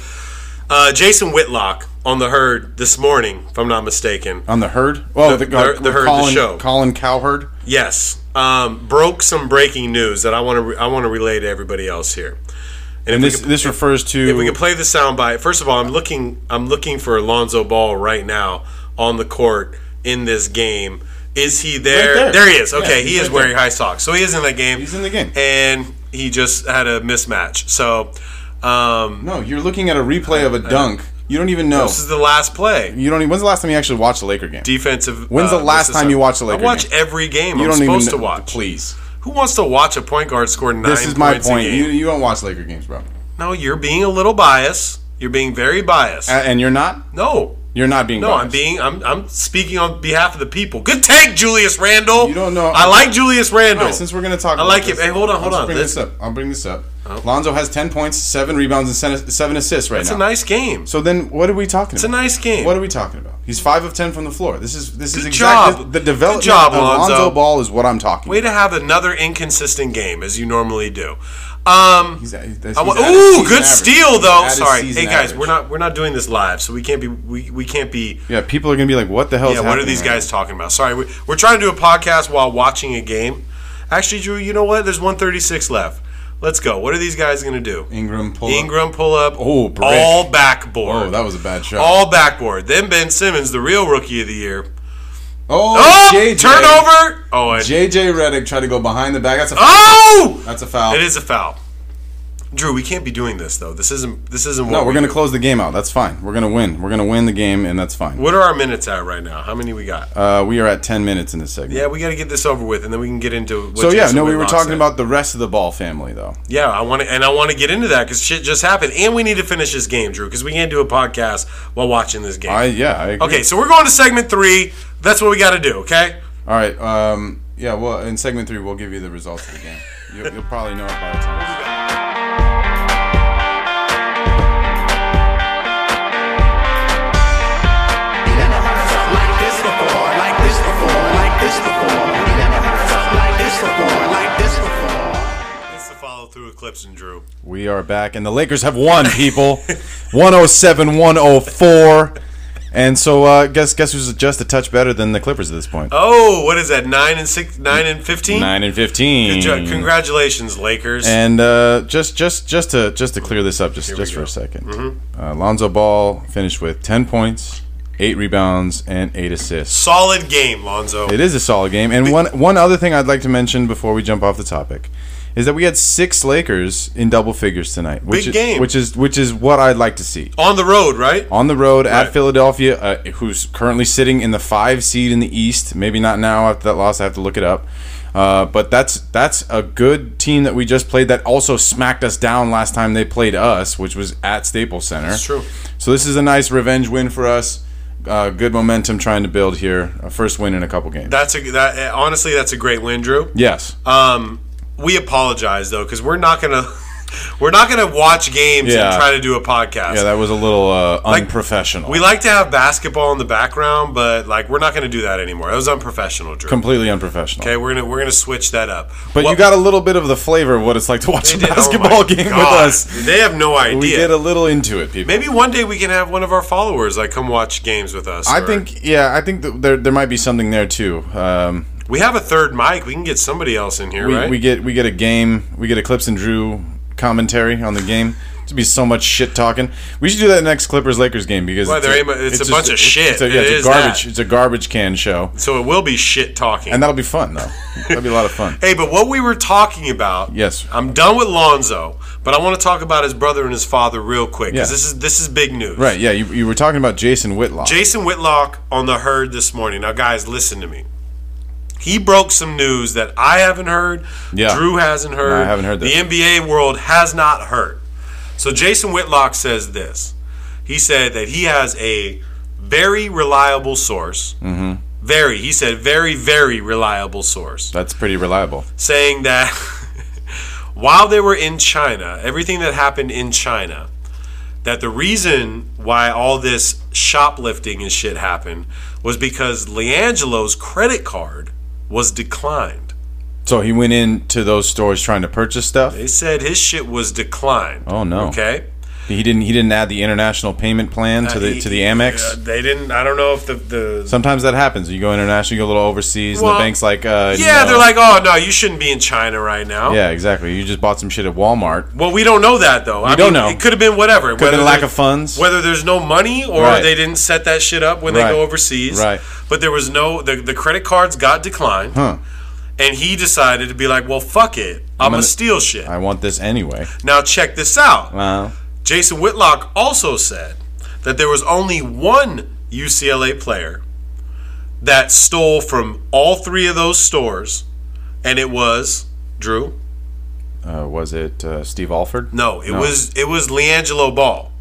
[SPEAKER 2] uh, Jason Whitlock on the herd this morning, if I'm not mistaken.
[SPEAKER 3] on the herd, well,
[SPEAKER 2] The- the- the herd, the
[SPEAKER 3] Colin,
[SPEAKER 2] show.
[SPEAKER 3] Colin Cowherd.
[SPEAKER 2] Yes, um, broke some breaking news that I want to re- I want to relay to everybody else here. And, if
[SPEAKER 3] And this
[SPEAKER 2] we can,
[SPEAKER 3] this refers to
[SPEAKER 2] if we can play the soundbite. First of all, I'm looking I'm looking for Alonzo Ball right now on the court in this game. Is he there?
[SPEAKER 3] there.
[SPEAKER 2] he is.
[SPEAKER 3] Yeah,
[SPEAKER 2] Okay,
[SPEAKER 3] he's
[SPEAKER 2] he is
[SPEAKER 3] right
[SPEAKER 2] wearing
[SPEAKER 3] there.
[SPEAKER 2] high socks, so he is in the game.
[SPEAKER 3] He's in the game.
[SPEAKER 2] and he just had a mismatch. So um,
[SPEAKER 3] no, you're looking at a replay of a dunk. You don't even know.
[SPEAKER 2] this is the last play.
[SPEAKER 3] You don't. Even, when's the last time you actually watched a Laker game?
[SPEAKER 2] defensive. uh,
[SPEAKER 3] When's the last
[SPEAKER 2] this is
[SPEAKER 3] time
[SPEAKER 2] a-
[SPEAKER 3] you watched a Laker
[SPEAKER 2] I watch
[SPEAKER 3] game?
[SPEAKER 2] every game.
[SPEAKER 3] You
[SPEAKER 2] I'm
[SPEAKER 3] don't even
[SPEAKER 2] supposed
[SPEAKER 3] kn-
[SPEAKER 2] to watch.
[SPEAKER 3] Please.
[SPEAKER 2] Who wants to watch a point guard score nine?
[SPEAKER 3] This is my
[SPEAKER 2] points a
[SPEAKER 3] point.
[SPEAKER 2] game?
[SPEAKER 3] You, you don't watch Laker games, bro.
[SPEAKER 2] no, you're being a little biased. You're being very biased.
[SPEAKER 3] A- And you're not.
[SPEAKER 2] no,
[SPEAKER 3] You're not being.
[SPEAKER 2] no,
[SPEAKER 3] biased.
[SPEAKER 2] I'm being. I'm. I'm speaking on behalf of the people. Good take, Julius Randle.
[SPEAKER 3] You don't know-
[SPEAKER 2] I like Julius Randle.
[SPEAKER 3] All right, since we're gonna talk,
[SPEAKER 2] I
[SPEAKER 3] about
[SPEAKER 2] like
[SPEAKER 3] this,
[SPEAKER 2] it. Hey, hold on, hold
[SPEAKER 3] I'll just
[SPEAKER 2] on.
[SPEAKER 3] Bring
[SPEAKER 2] That's-
[SPEAKER 3] this up. I'll bring this up. Lonzo has ten points, seven rebounds, and sen- seven assists right
[SPEAKER 2] It's
[SPEAKER 3] now.
[SPEAKER 2] a nice game.
[SPEAKER 3] So then, what are we talking
[SPEAKER 2] It's a
[SPEAKER 3] about?
[SPEAKER 2] nice game.
[SPEAKER 3] What are we talking about? He's five of ten from the floor. This is this is
[SPEAKER 2] Good
[SPEAKER 3] exactly
[SPEAKER 2] job.
[SPEAKER 3] the
[SPEAKER 2] Good
[SPEAKER 3] development
[SPEAKER 2] job,
[SPEAKER 3] of Lonzo.
[SPEAKER 2] Lonzo.
[SPEAKER 3] Ball is what I'm talking.
[SPEAKER 2] Way
[SPEAKER 3] about.
[SPEAKER 2] to have another inconsistent game as you normally do. Um,
[SPEAKER 3] He's at- he's- he's
[SPEAKER 2] I wa-
[SPEAKER 3] at his
[SPEAKER 2] ooh,
[SPEAKER 3] season
[SPEAKER 2] good
[SPEAKER 3] average.
[SPEAKER 2] steal though.
[SPEAKER 3] He's at his
[SPEAKER 2] Sorry,
[SPEAKER 3] season
[SPEAKER 2] hey guys,
[SPEAKER 3] average.
[SPEAKER 2] we're not we're not doing this live, so we can't be we, we can't be.
[SPEAKER 3] Yeah, people are gonna be like, "What the hell?"
[SPEAKER 2] Yeah, what are these guys talking about? Sorry, we, we're trying to do a podcast while watching a game. Actually, Drew, you know what? There's 136 left. Let's go. What are these guys going to do?
[SPEAKER 3] Ingram pull. up.
[SPEAKER 2] Ingram pull up.
[SPEAKER 3] Oh, brick.
[SPEAKER 2] all backboard.
[SPEAKER 3] Oh, that was a bad shot.
[SPEAKER 2] all backboard. Then Ben Simmons, the real rookie of the year.
[SPEAKER 3] Oh,
[SPEAKER 2] Oh,
[SPEAKER 3] JJ.
[SPEAKER 2] turnover. Oh, and,
[SPEAKER 3] JJ Redick tried to go behind the back. That's a foul.
[SPEAKER 2] oh,
[SPEAKER 3] That's a foul.
[SPEAKER 2] It is a foul. Drew, we can't be doing this though. This isn't. This isn't.
[SPEAKER 3] No,
[SPEAKER 2] what
[SPEAKER 3] we're
[SPEAKER 2] we
[SPEAKER 3] gonna
[SPEAKER 2] do.
[SPEAKER 3] close the game out. That's fine. We're gonna win. We're gonna win the game, and that's fine.
[SPEAKER 2] What are our minutes at right now? How many we got?
[SPEAKER 3] Uh, we are at ten minutes in this segment.
[SPEAKER 2] yeah, we got to get this over with, and then we can get into. What
[SPEAKER 3] So yeah,
[SPEAKER 2] Jason
[SPEAKER 3] no, we were
[SPEAKER 2] Whitlock
[SPEAKER 3] talking
[SPEAKER 2] said.
[SPEAKER 3] about the rest of the Ball family, though.
[SPEAKER 2] Yeah, I want to, and I want to get into that because shit just happened, and we need to finish this game, Drew, because we can't do a podcast while watching this game.
[SPEAKER 3] I yeah. I agree.
[SPEAKER 2] okay, so we're going to segment three. That's what we got to do. Okay.
[SPEAKER 3] All right. Um. Yeah. Well, in segment three, we'll give you the results of the game. You'll, you'll probably know it by the time.
[SPEAKER 2] It's the follow through with clips and Drew.
[SPEAKER 3] We are back, and the Lakers have won, people. 107-104. And so, uh, guess guess who's just a touch better than the Clippers at this point?
[SPEAKER 2] Oh, what is that? Nine and six, nine and fifteen.
[SPEAKER 3] Nine and fifteen.
[SPEAKER 2] Congratulations, Lakers.
[SPEAKER 3] And uh, just just just to just to clear this up, just just for a 2nd
[SPEAKER 2] Mm-hmm.
[SPEAKER 3] uh, Lonzo Ball finished with ten points, eight rebounds, and eight assists.
[SPEAKER 2] Solid game, Lonzo.
[SPEAKER 3] It is a solid game. And one one other thing I'd like to mention before we jump off the topic is that we had six Lakers in double figures tonight, which
[SPEAKER 2] Big
[SPEAKER 3] is,
[SPEAKER 2] game.
[SPEAKER 3] which is which is what I'd like to see
[SPEAKER 2] On the road, right?
[SPEAKER 3] on the road at
[SPEAKER 2] Right.
[SPEAKER 3] Philadelphia, uh, who's currently sitting in the five seed in the East. Maybe not now after that loss. I have to look it up. Uh, but that's that's a good team that we just played that also smacked us down last time they played us, which was at Staples Center. That's
[SPEAKER 2] true.
[SPEAKER 3] So this is a nice revenge win for us. Uh, good momentum trying to build here. A first win in a couple games.
[SPEAKER 2] That's a that. Honestly, that's a great win, Drew.
[SPEAKER 3] yes.
[SPEAKER 2] Um, we apologize though, because we're not gonna we're not gonna watch games
[SPEAKER 3] Yeah.
[SPEAKER 2] and try to do a podcast.
[SPEAKER 3] yeah, that was a little uh, unprofessional.
[SPEAKER 2] we like to have basketball in the background, but like we're not gonna do that anymore. That was unprofessional, Drew.
[SPEAKER 3] completely unprofessional.
[SPEAKER 2] okay, we're gonna we're gonna switch that up.
[SPEAKER 3] But you got a little bit of the flavor of what it's like to watch a
[SPEAKER 2] did- oh my
[SPEAKER 3] basketball game
[SPEAKER 2] God,
[SPEAKER 3] with us.
[SPEAKER 2] They have no idea.
[SPEAKER 3] We get a little into it, people.
[SPEAKER 2] Maybe one day we can have one of our followers like come watch games with us.
[SPEAKER 3] I
[SPEAKER 2] or-
[SPEAKER 3] think yeah, I think that there there might be something there too. Um,
[SPEAKER 2] we have a third mic. We can get somebody else in here,
[SPEAKER 3] we,
[SPEAKER 2] right?
[SPEAKER 3] we get we get a game, we get a Clips and Drew commentary on the game. To be so much shit talking, we should do that next Clippers Lakers game because
[SPEAKER 2] Well, there ain't mu- it's a
[SPEAKER 3] just
[SPEAKER 2] bunch of shit.
[SPEAKER 3] It's a, yeah,
[SPEAKER 2] It
[SPEAKER 3] it's
[SPEAKER 2] is
[SPEAKER 3] a garbage.
[SPEAKER 2] that.
[SPEAKER 3] It's a garbage can show,
[SPEAKER 2] so it will be shit talking.
[SPEAKER 3] and that'll be fun though. that'll be a lot of fun.
[SPEAKER 2] Hey, but what we were talking about.
[SPEAKER 3] Yes.
[SPEAKER 2] I'm done with Lonzo, but I want to talk about his brother and his father real quick because
[SPEAKER 3] Yeah.
[SPEAKER 2] this is this is big news.
[SPEAKER 3] Right? Yeah, you, you were talking about Jason Whitlock.
[SPEAKER 2] Jason Whitlock on the herd this morning. Now, guys, listen to me. He broke some news that I haven't heard.
[SPEAKER 3] Yeah.
[SPEAKER 2] Drew hasn't heard.
[SPEAKER 3] I haven't heard
[SPEAKER 2] The
[SPEAKER 3] this.
[SPEAKER 2] NBA world has not heard. So Jason Whitlock says
[SPEAKER 3] Mm-hmm.
[SPEAKER 2] this. He said that he has a very reliable source Very, he said, very, very reliable source
[SPEAKER 3] That's pretty reliable.
[SPEAKER 2] saying that while they were in China, everything that happened in China, that the reason why all this shoplifting and shit happened was because Leangelo's credit card was declined.
[SPEAKER 3] So he went into those stores trying to purchase stuff.
[SPEAKER 2] They said his shit was declined.
[SPEAKER 3] Oh, no.
[SPEAKER 2] Okay.
[SPEAKER 3] He didn't. He didn't add the international payment plan to the to the
[SPEAKER 2] Uh,
[SPEAKER 3] Amex.
[SPEAKER 2] they didn't. I don't know if the the.
[SPEAKER 3] Sometimes that happens. You go international, you go a little overseas, and
[SPEAKER 2] Well,
[SPEAKER 3] the bank's like, uh,
[SPEAKER 2] yeah,
[SPEAKER 3] no.
[SPEAKER 2] they're like, oh no, you shouldn't be in China right now.
[SPEAKER 3] yeah, exactly. You just bought some shit at Walmart.
[SPEAKER 2] Well, we don't know that though. I
[SPEAKER 3] don't
[SPEAKER 2] mean,
[SPEAKER 3] know.
[SPEAKER 2] It could have been whatever.
[SPEAKER 3] Could have been
[SPEAKER 2] Whether
[SPEAKER 3] lack
[SPEAKER 2] there-
[SPEAKER 3] of funds.
[SPEAKER 2] Whether there's no money or
[SPEAKER 3] Right.
[SPEAKER 2] they didn't set that shit up when
[SPEAKER 3] Right.
[SPEAKER 2] they go overseas.
[SPEAKER 3] Right.
[SPEAKER 2] But there was no the, the credit cards got declined.
[SPEAKER 3] Huh.
[SPEAKER 2] And he decided to be like, well, fuck it. I'm, gonna
[SPEAKER 3] gonna-
[SPEAKER 2] steal shit.
[SPEAKER 3] I want this anyway.
[SPEAKER 2] now check this out.
[SPEAKER 3] Wow.
[SPEAKER 2] Jason Whitlock also said that there was only one UCLA player that stole from all three of those stores, and it was Drew.
[SPEAKER 3] Uh, was it uh, Steve Alford?
[SPEAKER 2] No, it was it was Leangelo Ball.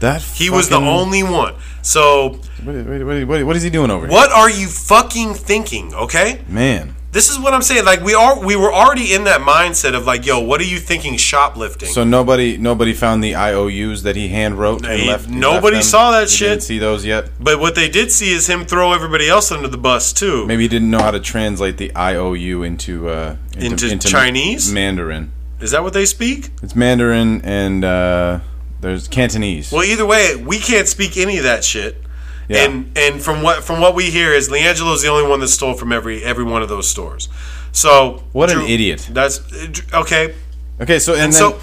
[SPEAKER 3] that.
[SPEAKER 2] He was the
[SPEAKER 3] fucking-
[SPEAKER 2] only one. So
[SPEAKER 3] What, what- what- what- what is he doing over
[SPEAKER 2] What are you fucking thinking? Okay,
[SPEAKER 3] here? Man.
[SPEAKER 2] this is what I'm saying. Like we are, we were already in that mindset of like, yo, what are you thinking? Shoplifting.
[SPEAKER 3] So nobody nobody found the IOUs that he hand wrote and
[SPEAKER 2] He-
[SPEAKER 3] left. he
[SPEAKER 2] nobody
[SPEAKER 3] left them?
[SPEAKER 2] saw that
[SPEAKER 3] He
[SPEAKER 2] shit.
[SPEAKER 3] Didn't see those yet.
[SPEAKER 2] but what they did see is him throw everybody else under the bus too.
[SPEAKER 3] Maybe he didn't know how to translate the IOU into uh,
[SPEAKER 2] Into Chinese?
[SPEAKER 3] Mandarin.
[SPEAKER 2] Is that what they speak?
[SPEAKER 3] It's Mandarin and uh, there's Cantonese.
[SPEAKER 2] Well, either way, we can't speak any of that shit.
[SPEAKER 3] Yeah.
[SPEAKER 2] And and from what from what we hear is Leangelo's the only one that stole from every every one of those stores. So
[SPEAKER 3] What an idiot.
[SPEAKER 2] That's okay.
[SPEAKER 3] Okay, so and,
[SPEAKER 2] And
[SPEAKER 3] then,
[SPEAKER 2] so-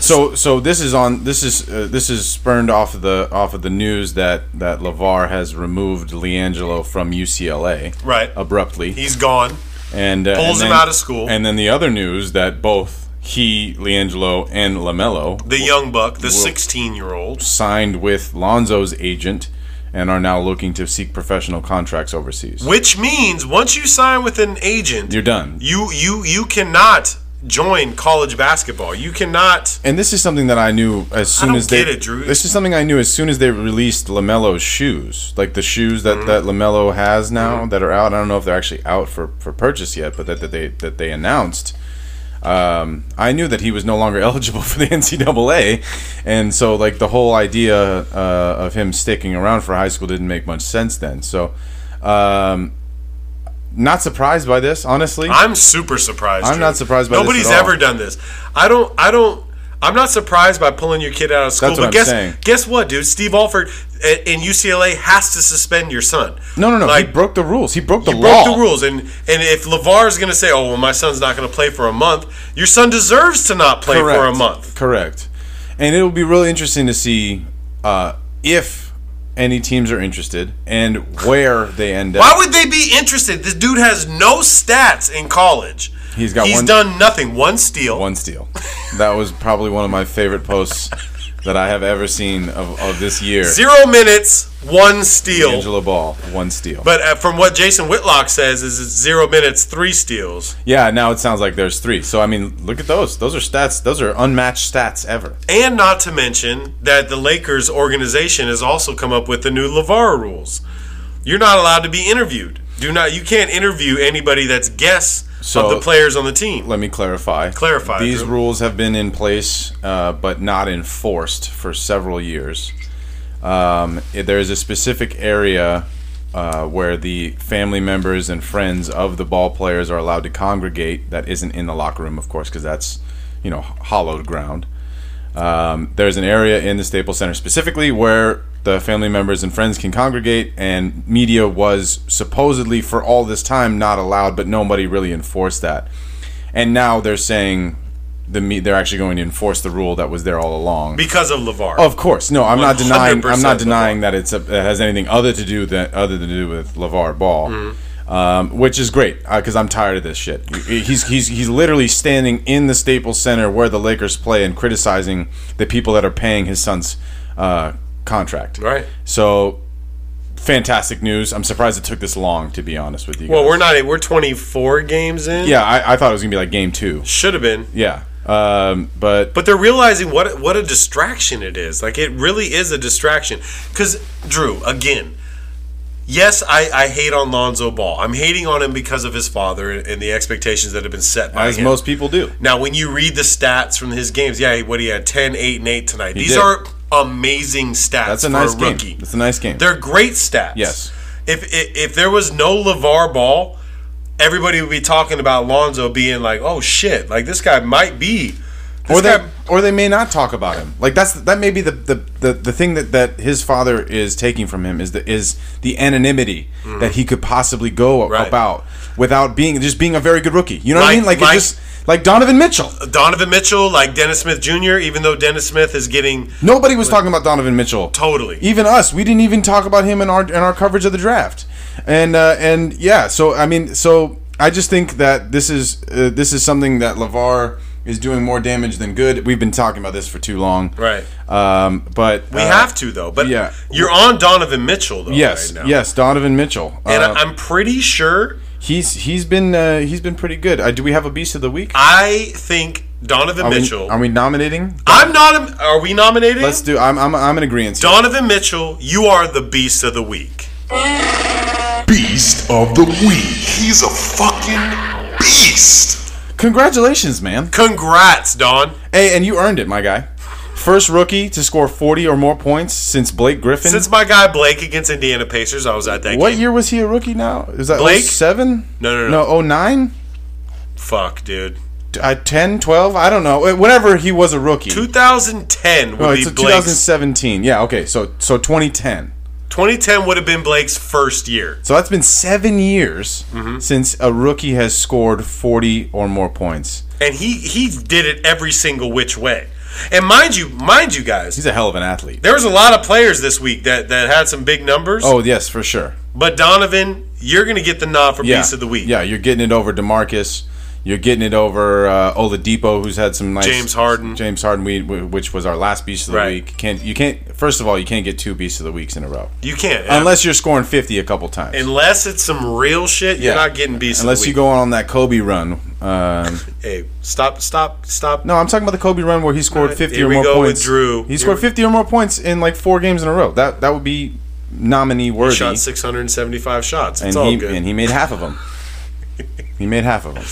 [SPEAKER 3] so so so this is on this is uh, this is spurned off of the off of the news that that Lavar has removed Leangelo from UCLA
[SPEAKER 2] Right.
[SPEAKER 3] abruptly
[SPEAKER 2] He's gone.
[SPEAKER 3] and uh,
[SPEAKER 2] pulls
[SPEAKER 3] and
[SPEAKER 2] him out of school.
[SPEAKER 3] and then the other news that both he Leangelo and Lamelo
[SPEAKER 2] The young buck, the 16 year old.
[SPEAKER 3] signed with Lonzo's agent and are now looking to seek professional contracts overseas.
[SPEAKER 2] Which means once you sign with an agent,
[SPEAKER 3] You're done.
[SPEAKER 2] you you you cannot join college basketball. You cannot.
[SPEAKER 3] And this is something that I knew as soon
[SPEAKER 2] don't
[SPEAKER 3] as they.
[SPEAKER 2] get it, Drew.
[SPEAKER 3] This is something I knew as soon as they released Lamelo's shoes, like the shoes that
[SPEAKER 2] Mm-hmm.
[SPEAKER 3] that Lamelo has now that are out. I don't know if they're actually out for for purchase yet, but that, that they that they announced. Um, I knew that he was no longer eligible for the NCAA, and so like the whole idea uh, of him sticking around for high school didn't make much sense then. So, um, not surprised by this, honestly.
[SPEAKER 2] I'm super surprised.
[SPEAKER 3] I'm
[SPEAKER 2] Drew.
[SPEAKER 3] not surprised by this
[SPEAKER 2] nobody's
[SPEAKER 3] at all.
[SPEAKER 2] ever done this. I don't. I don't. I'm not surprised by pulling your kid out of school.
[SPEAKER 3] That's what
[SPEAKER 2] but
[SPEAKER 3] I'm
[SPEAKER 2] guess
[SPEAKER 3] saying.
[SPEAKER 2] guess what, dude? Steve Alford a- in UCLA has to suspend your son.
[SPEAKER 3] no, no, no.
[SPEAKER 2] Like
[SPEAKER 3] he broke the rules. He broke the
[SPEAKER 2] he
[SPEAKER 3] law.
[SPEAKER 2] broke the rules, and and if Levar is going to say, "Oh, well, my son's not going to play for a month," your son deserves to not play for a month.
[SPEAKER 3] Correct. And it'll be really interesting to see uh, if any teams are interested and where they end up.
[SPEAKER 2] Why would they be interested? This dude has no stats in college.
[SPEAKER 3] He's got
[SPEAKER 2] He's
[SPEAKER 3] one-
[SPEAKER 2] done nothing. One steal.
[SPEAKER 3] One steal. That was probably one of my favorite posts that I have ever seen of, of this year.
[SPEAKER 2] Zero minutes. One steal.
[SPEAKER 3] Angela Ball, one steal.
[SPEAKER 2] But uh, from what Jason Whitlock says, is it's zero minutes, three steals,
[SPEAKER 3] yeah, now it sounds like there's three. So I mean, look at those. Those are stats. Those are unmatched stats ever.
[SPEAKER 2] and not to mention that the Lakers organization has also come up with the new Levar rules. You're not allowed to be interviewed. Do not. You can't interview anybody that's guess
[SPEAKER 3] So-
[SPEAKER 2] of the players on the team.
[SPEAKER 3] Let me clarify.
[SPEAKER 2] Clarify,
[SPEAKER 3] These
[SPEAKER 2] Drew.
[SPEAKER 3] rules have been in place, uh, but not enforced for several years. Um, it- there is a specific area uh, where the family members and friends of the ball players are allowed to congregate. That isn't in the locker room, of course, because that's you know hollowed ground. Um, there's an area in the Staples Center specifically where the family members and friends can congregate, and media was supposedly for all this time not allowed, but nobody really enforced that. And now they're saying the me- they're actually going to enforce the rule that was there all along.
[SPEAKER 2] Because of Levar.
[SPEAKER 3] Of course, no. I'm not denying. I'm
[SPEAKER 2] 100%
[SPEAKER 3] not denying that it's a, it has anything other to do that other than to do with Levar Ball,
[SPEAKER 2] Mm-hmm.
[SPEAKER 3] um, which is great because I'm tired of this shit. He's he's he's literally standing in the Staples Center where the Lakers play and criticizing the people that are paying his son's uh, contract.
[SPEAKER 2] Right.
[SPEAKER 3] So, fantastic news. I'm surprised it took this long. To be honest with you.
[SPEAKER 2] Well,
[SPEAKER 3] guys.
[SPEAKER 2] we're not. We're 24 games in.
[SPEAKER 3] Yeah, I, I thought it was gonna be like game two.
[SPEAKER 2] Should have been.
[SPEAKER 3] Yeah. Um, but
[SPEAKER 2] But they're realizing what what a distraction it is. Like it really is a distraction. Because Drew, again, yes, I, I hate on Lonzo Ball. I'm hating on him because of his father and, and the expectations that have been set by
[SPEAKER 3] as
[SPEAKER 2] him.
[SPEAKER 3] most people do.
[SPEAKER 2] Now, when you read the stats from his games, yeah, what he had 10, 8, and 8 tonight. These
[SPEAKER 3] did.
[SPEAKER 2] are amazing stats
[SPEAKER 3] That's a
[SPEAKER 2] for
[SPEAKER 3] nice
[SPEAKER 2] a
[SPEAKER 3] game.
[SPEAKER 2] rookie.
[SPEAKER 3] That's a nice game.
[SPEAKER 2] They're great stats.
[SPEAKER 3] Yes.
[SPEAKER 2] If, if if there was no LeVar Ball, everybody would be talking about Lonzo being like, "Oh shit, like this guy might be." This
[SPEAKER 3] or they,
[SPEAKER 2] guy-
[SPEAKER 3] or they may not talk about him. Like that's that may be the the, the, the thing that, that his father is taking from him is the is the anonymity that he could possibly go
[SPEAKER 2] Hmm. Right.
[SPEAKER 3] about without being just being a very good rookie. You know what
[SPEAKER 2] Like-
[SPEAKER 3] I mean? Like,
[SPEAKER 2] like-
[SPEAKER 3] it just like Donovan Mitchell.
[SPEAKER 2] Donovan Mitchell, like Dennis Smith Jr., even though Dennis Smith is getting
[SPEAKER 3] Nobody was talking about Donovan Mitchell.
[SPEAKER 2] Totally.
[SPEAKER 3] Even us, we didn't even talk about him in our in our coverage of the draft. And uh, and yeah, so I mean, so I just think that this is uh, this is something that Lavar is doing more damage than good. We've been talking about this for too long,
[SPEAKER 2] Right.
[SPEAKER 3] Um, but
[SPEAKER 2] we have to though, but
[SPEAKER 3] yeah.
[SPEAKER 2] you're on Donovan Mitchell though.
[SPEAKER 3] Yes,
[SPEAKER 2] right now.
[SPEAKER 3] yes, Donovan Mitchell.
[SPEAKER 2] and
[SPEAKER 3] Uh,
[SPEAKER 2] I, I'm pretty sure
[SPEAKER 3] he's he's been uh, he's been pretty good. Uh, do we have a beast of the week?
[SPEAKER 2] I think Donovan
[SPEAKER 3] Are we-
[SPEAKER 2] Mitchell.
[SPEAKER 3] are we nominating?
[SPEAKER 2] I'm not. Are we nominating?
[SPEAKER 3] Let's do. I'm I'm I'm in agreement.
[SPEAKER 2] Donovan Mitchell, you are the beast of the week.
[SPEAKER 4] Beast of the week. He's a fucking beast.
[SPEAKER 3] Congratulations, man.
[SPEAKER 2] Congrats, Don.
[SPEAKER 3] Hey, and you earned it, my guy. First rookie to score 40 or more points since Blake Griffin.
[SPEAKER 2] Since my guy Blake against Indiana Pacers, I was at that
[SPEAKER 3] what
[SPEAKER 2] game.
[SPEAKER 3] year was he a rookie now? Is that
[SPEAKER 2] Blake?
[SPEAKER 3] 07?
[SPEAKER 2] No, no, no.
[SPEAKER 3] No, 09?
[SPEAKER 2] Fuck, dude.
[SPEAKER 3] Uh, 10, 12? I don't know. Uh, Whenever he was a rookie.
[SPEAKER 2] 2010 would
[SPEAKER 3] no,
[SPEAKER 2] be
[SPEAKER 3] Oh, it's a
[SPEAKER 2] Blake's.
[SPEAKER 3] 2017. Yeah, okay. So so 2010.
[SPEAKER 2] 2010 would have been Blake's first year.
[SPEAKER 3] So that's been 7 years
[SPEAKER 2] Mm-hmm.
[SPEAKER 3] since a rookie has scored 40 or more points.
[SPEAKER 2] And he he did it every single which way. And mind you, mind you guys,
[SPEAKER 3] He's a hell of an athlete.
[SPEAKER 2] there was a lot of players this week that, that had some big numbers.
[SPEAKER 3] Oh, yes, for sure.
[SPEAKER 2] But Donovan, you're going to get the nod for
[SPEAKER 3] Yeah.
[SPEAKER 2] beast of the week.
[SPEAKER 3] Yeah, you're getting it over DeMarcus. You're getting it over uh, Oladipo, who's had some nice
[SPEAKER 2] James Harden.
[SPEAKER 3] James Harden, we, we- which was our last beast of the
[SPEAKER 2] Right.
[SPEAKER 3] week. Can't you can't? First of all, you can't get two beasts of the weeks in a row
[SPEAKER 2] You can't.
[SPEAKER 3] unless you're scoring fifty a couple times.
[SPEAKER 2] unless it's some real shit, you're
[SPEAKER 3] Yeah.
[SPEAKER 2] not getting beast
[SPEAKER 3] unless
[SPEAKER 2] of the
[SPEAKER 3] you
[SPEAKER 2] week.
[SPEAKER 3] go on that Kobe run. Um,
[SPEAKER 2] Hey, stop, stop, stop.
[SPEAKER 3] no, I'm talking about the Kobe run where he scored
[SPEAKER 2] Alright,
[SPEAKER 3] fifty
[SPEAKER 2] here
[SPEAKER 3] or
[SPEAKER 2] we
[SPEAKER 3] more
[SPEAKER 2] go with
[SPEAKER 3] points.
[SPEAKER 2] Drew.
[SPEAKER 3] He
[SPEAKER 2] Here
[SPEAKER 3] scored
[SPEAKER 2] we-
[SPEAKER 3] fifty or more points in like four games in a row. That that would be nominee worthy.
[SPEAKER 2] Shot 675 shots. It's
[SPEAKER 3] and
[SPEAKER 2] all
[SPEAKER 3] he
[SPEAKER 2] good.
[SPEAKER 3] and he made half of them. he made half of them.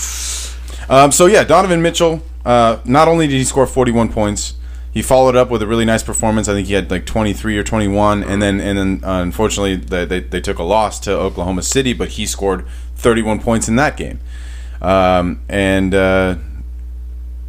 [SPEAKER 3] Um, so yeah, Donovan Mitchell. Uh, not only did he score 41 points, he followed up with a really nice performance. I think he had like 23 or 21, and then and then uh, unfortunately they, they they took a loss to Oklahoma City, but he scored 31 points in that game. Um, and uh,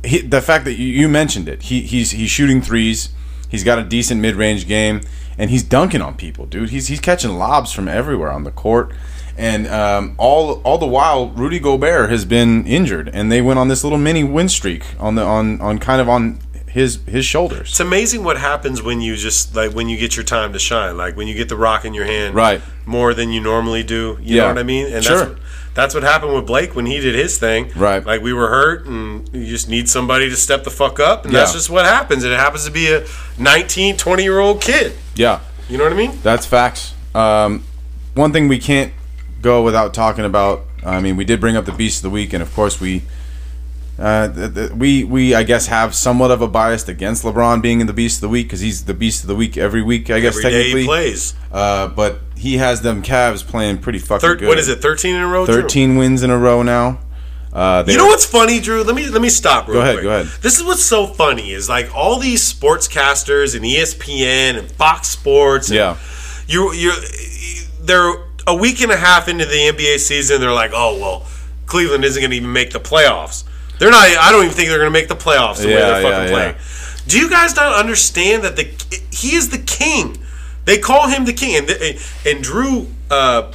[SPEAKER 3] he, the fact that you, you mentioned it, he, he's he's shooting threes. He's got a decent mid-range game, and he's dunking on people, dude. He's he's catching lobs from everywhere on the court, and um, all all the while Rudy Gobert has been injured, and they went on this little mini win streak on the on on kind of on his his shoulders.
[SPEAKER 2] It's amazing what happens when you just like when you get your time to shine, like when you get the rock in your hand,
[SPEAKER 3] Right.
[SPEAKER 2] More than you normally do. You know
[SPEAKER 3] Yeah.
[SPEAKER 2] what I mean? And
[SPEAKER 3] Sure.
[SPEAKER 2] that's what, that's what happened with Blake when he did his thing,
[SPEAKER 3] Right.
[SPEAKER 2] Like we were hurt, and you just need somebody to step the fuck up, and that's
[SPEAKER 3] Yeah.
[SPEAKER 2] just what happens. And it happens to be a 19, 20 year old kid.
[SPEAKER 3] Yeah,
[SPEAKER 2] You know what I mean?
[SPEAKER 3] that's facts. Um, one thing we can't go without talking about. I mean, we did bring up the beast of the week, and of course we Uh, th- th- we we I guess have somewhat of a bias against LeBron being in the beast of the week because he's the beast of the week every week. I guess
[SPEAKER 2] Every day
[SPEAKER 3] technically,
[SPEAKER 2] he plays.
[SPEAKER 3] Uh, but he has them Cavs playing pretty fucking
[SPEAKER 2] Thir-
[SPEAKER 3] good.
[SPEAKER 2] what is it? Thirteen in a row. Drew?
[SPEAKER 3] Thirteen wins in a row now. Uh, they
[SPEAKER 2] You know what's funny, Drew? Let me let me stop real
[SPEAKER 3] Go ahead,
[SPEAKER 2] quick.
[SPEAKER 3] go ahead.
[SPEAKER 2] This is what's so funny is like all these sportscasters and E ESPN and Fox Sports. And
[SPEAKER 3] Yeah.
[SPEAKER 2] you you they're a week and a half into the NBA season. They're like, oh well, Cleveland isn't going to even make the playoffs. They're not. I don't even think they're going to make the playoffs the way
[SPEAKER 3] Yeah,
[SPEAKER 2] they're fucking
[SPEAKER 3] yeah, yeah.
[SPEAKER 2] playing. Do you guys not understand that the he is the king? They call him the king, and and Drew uh,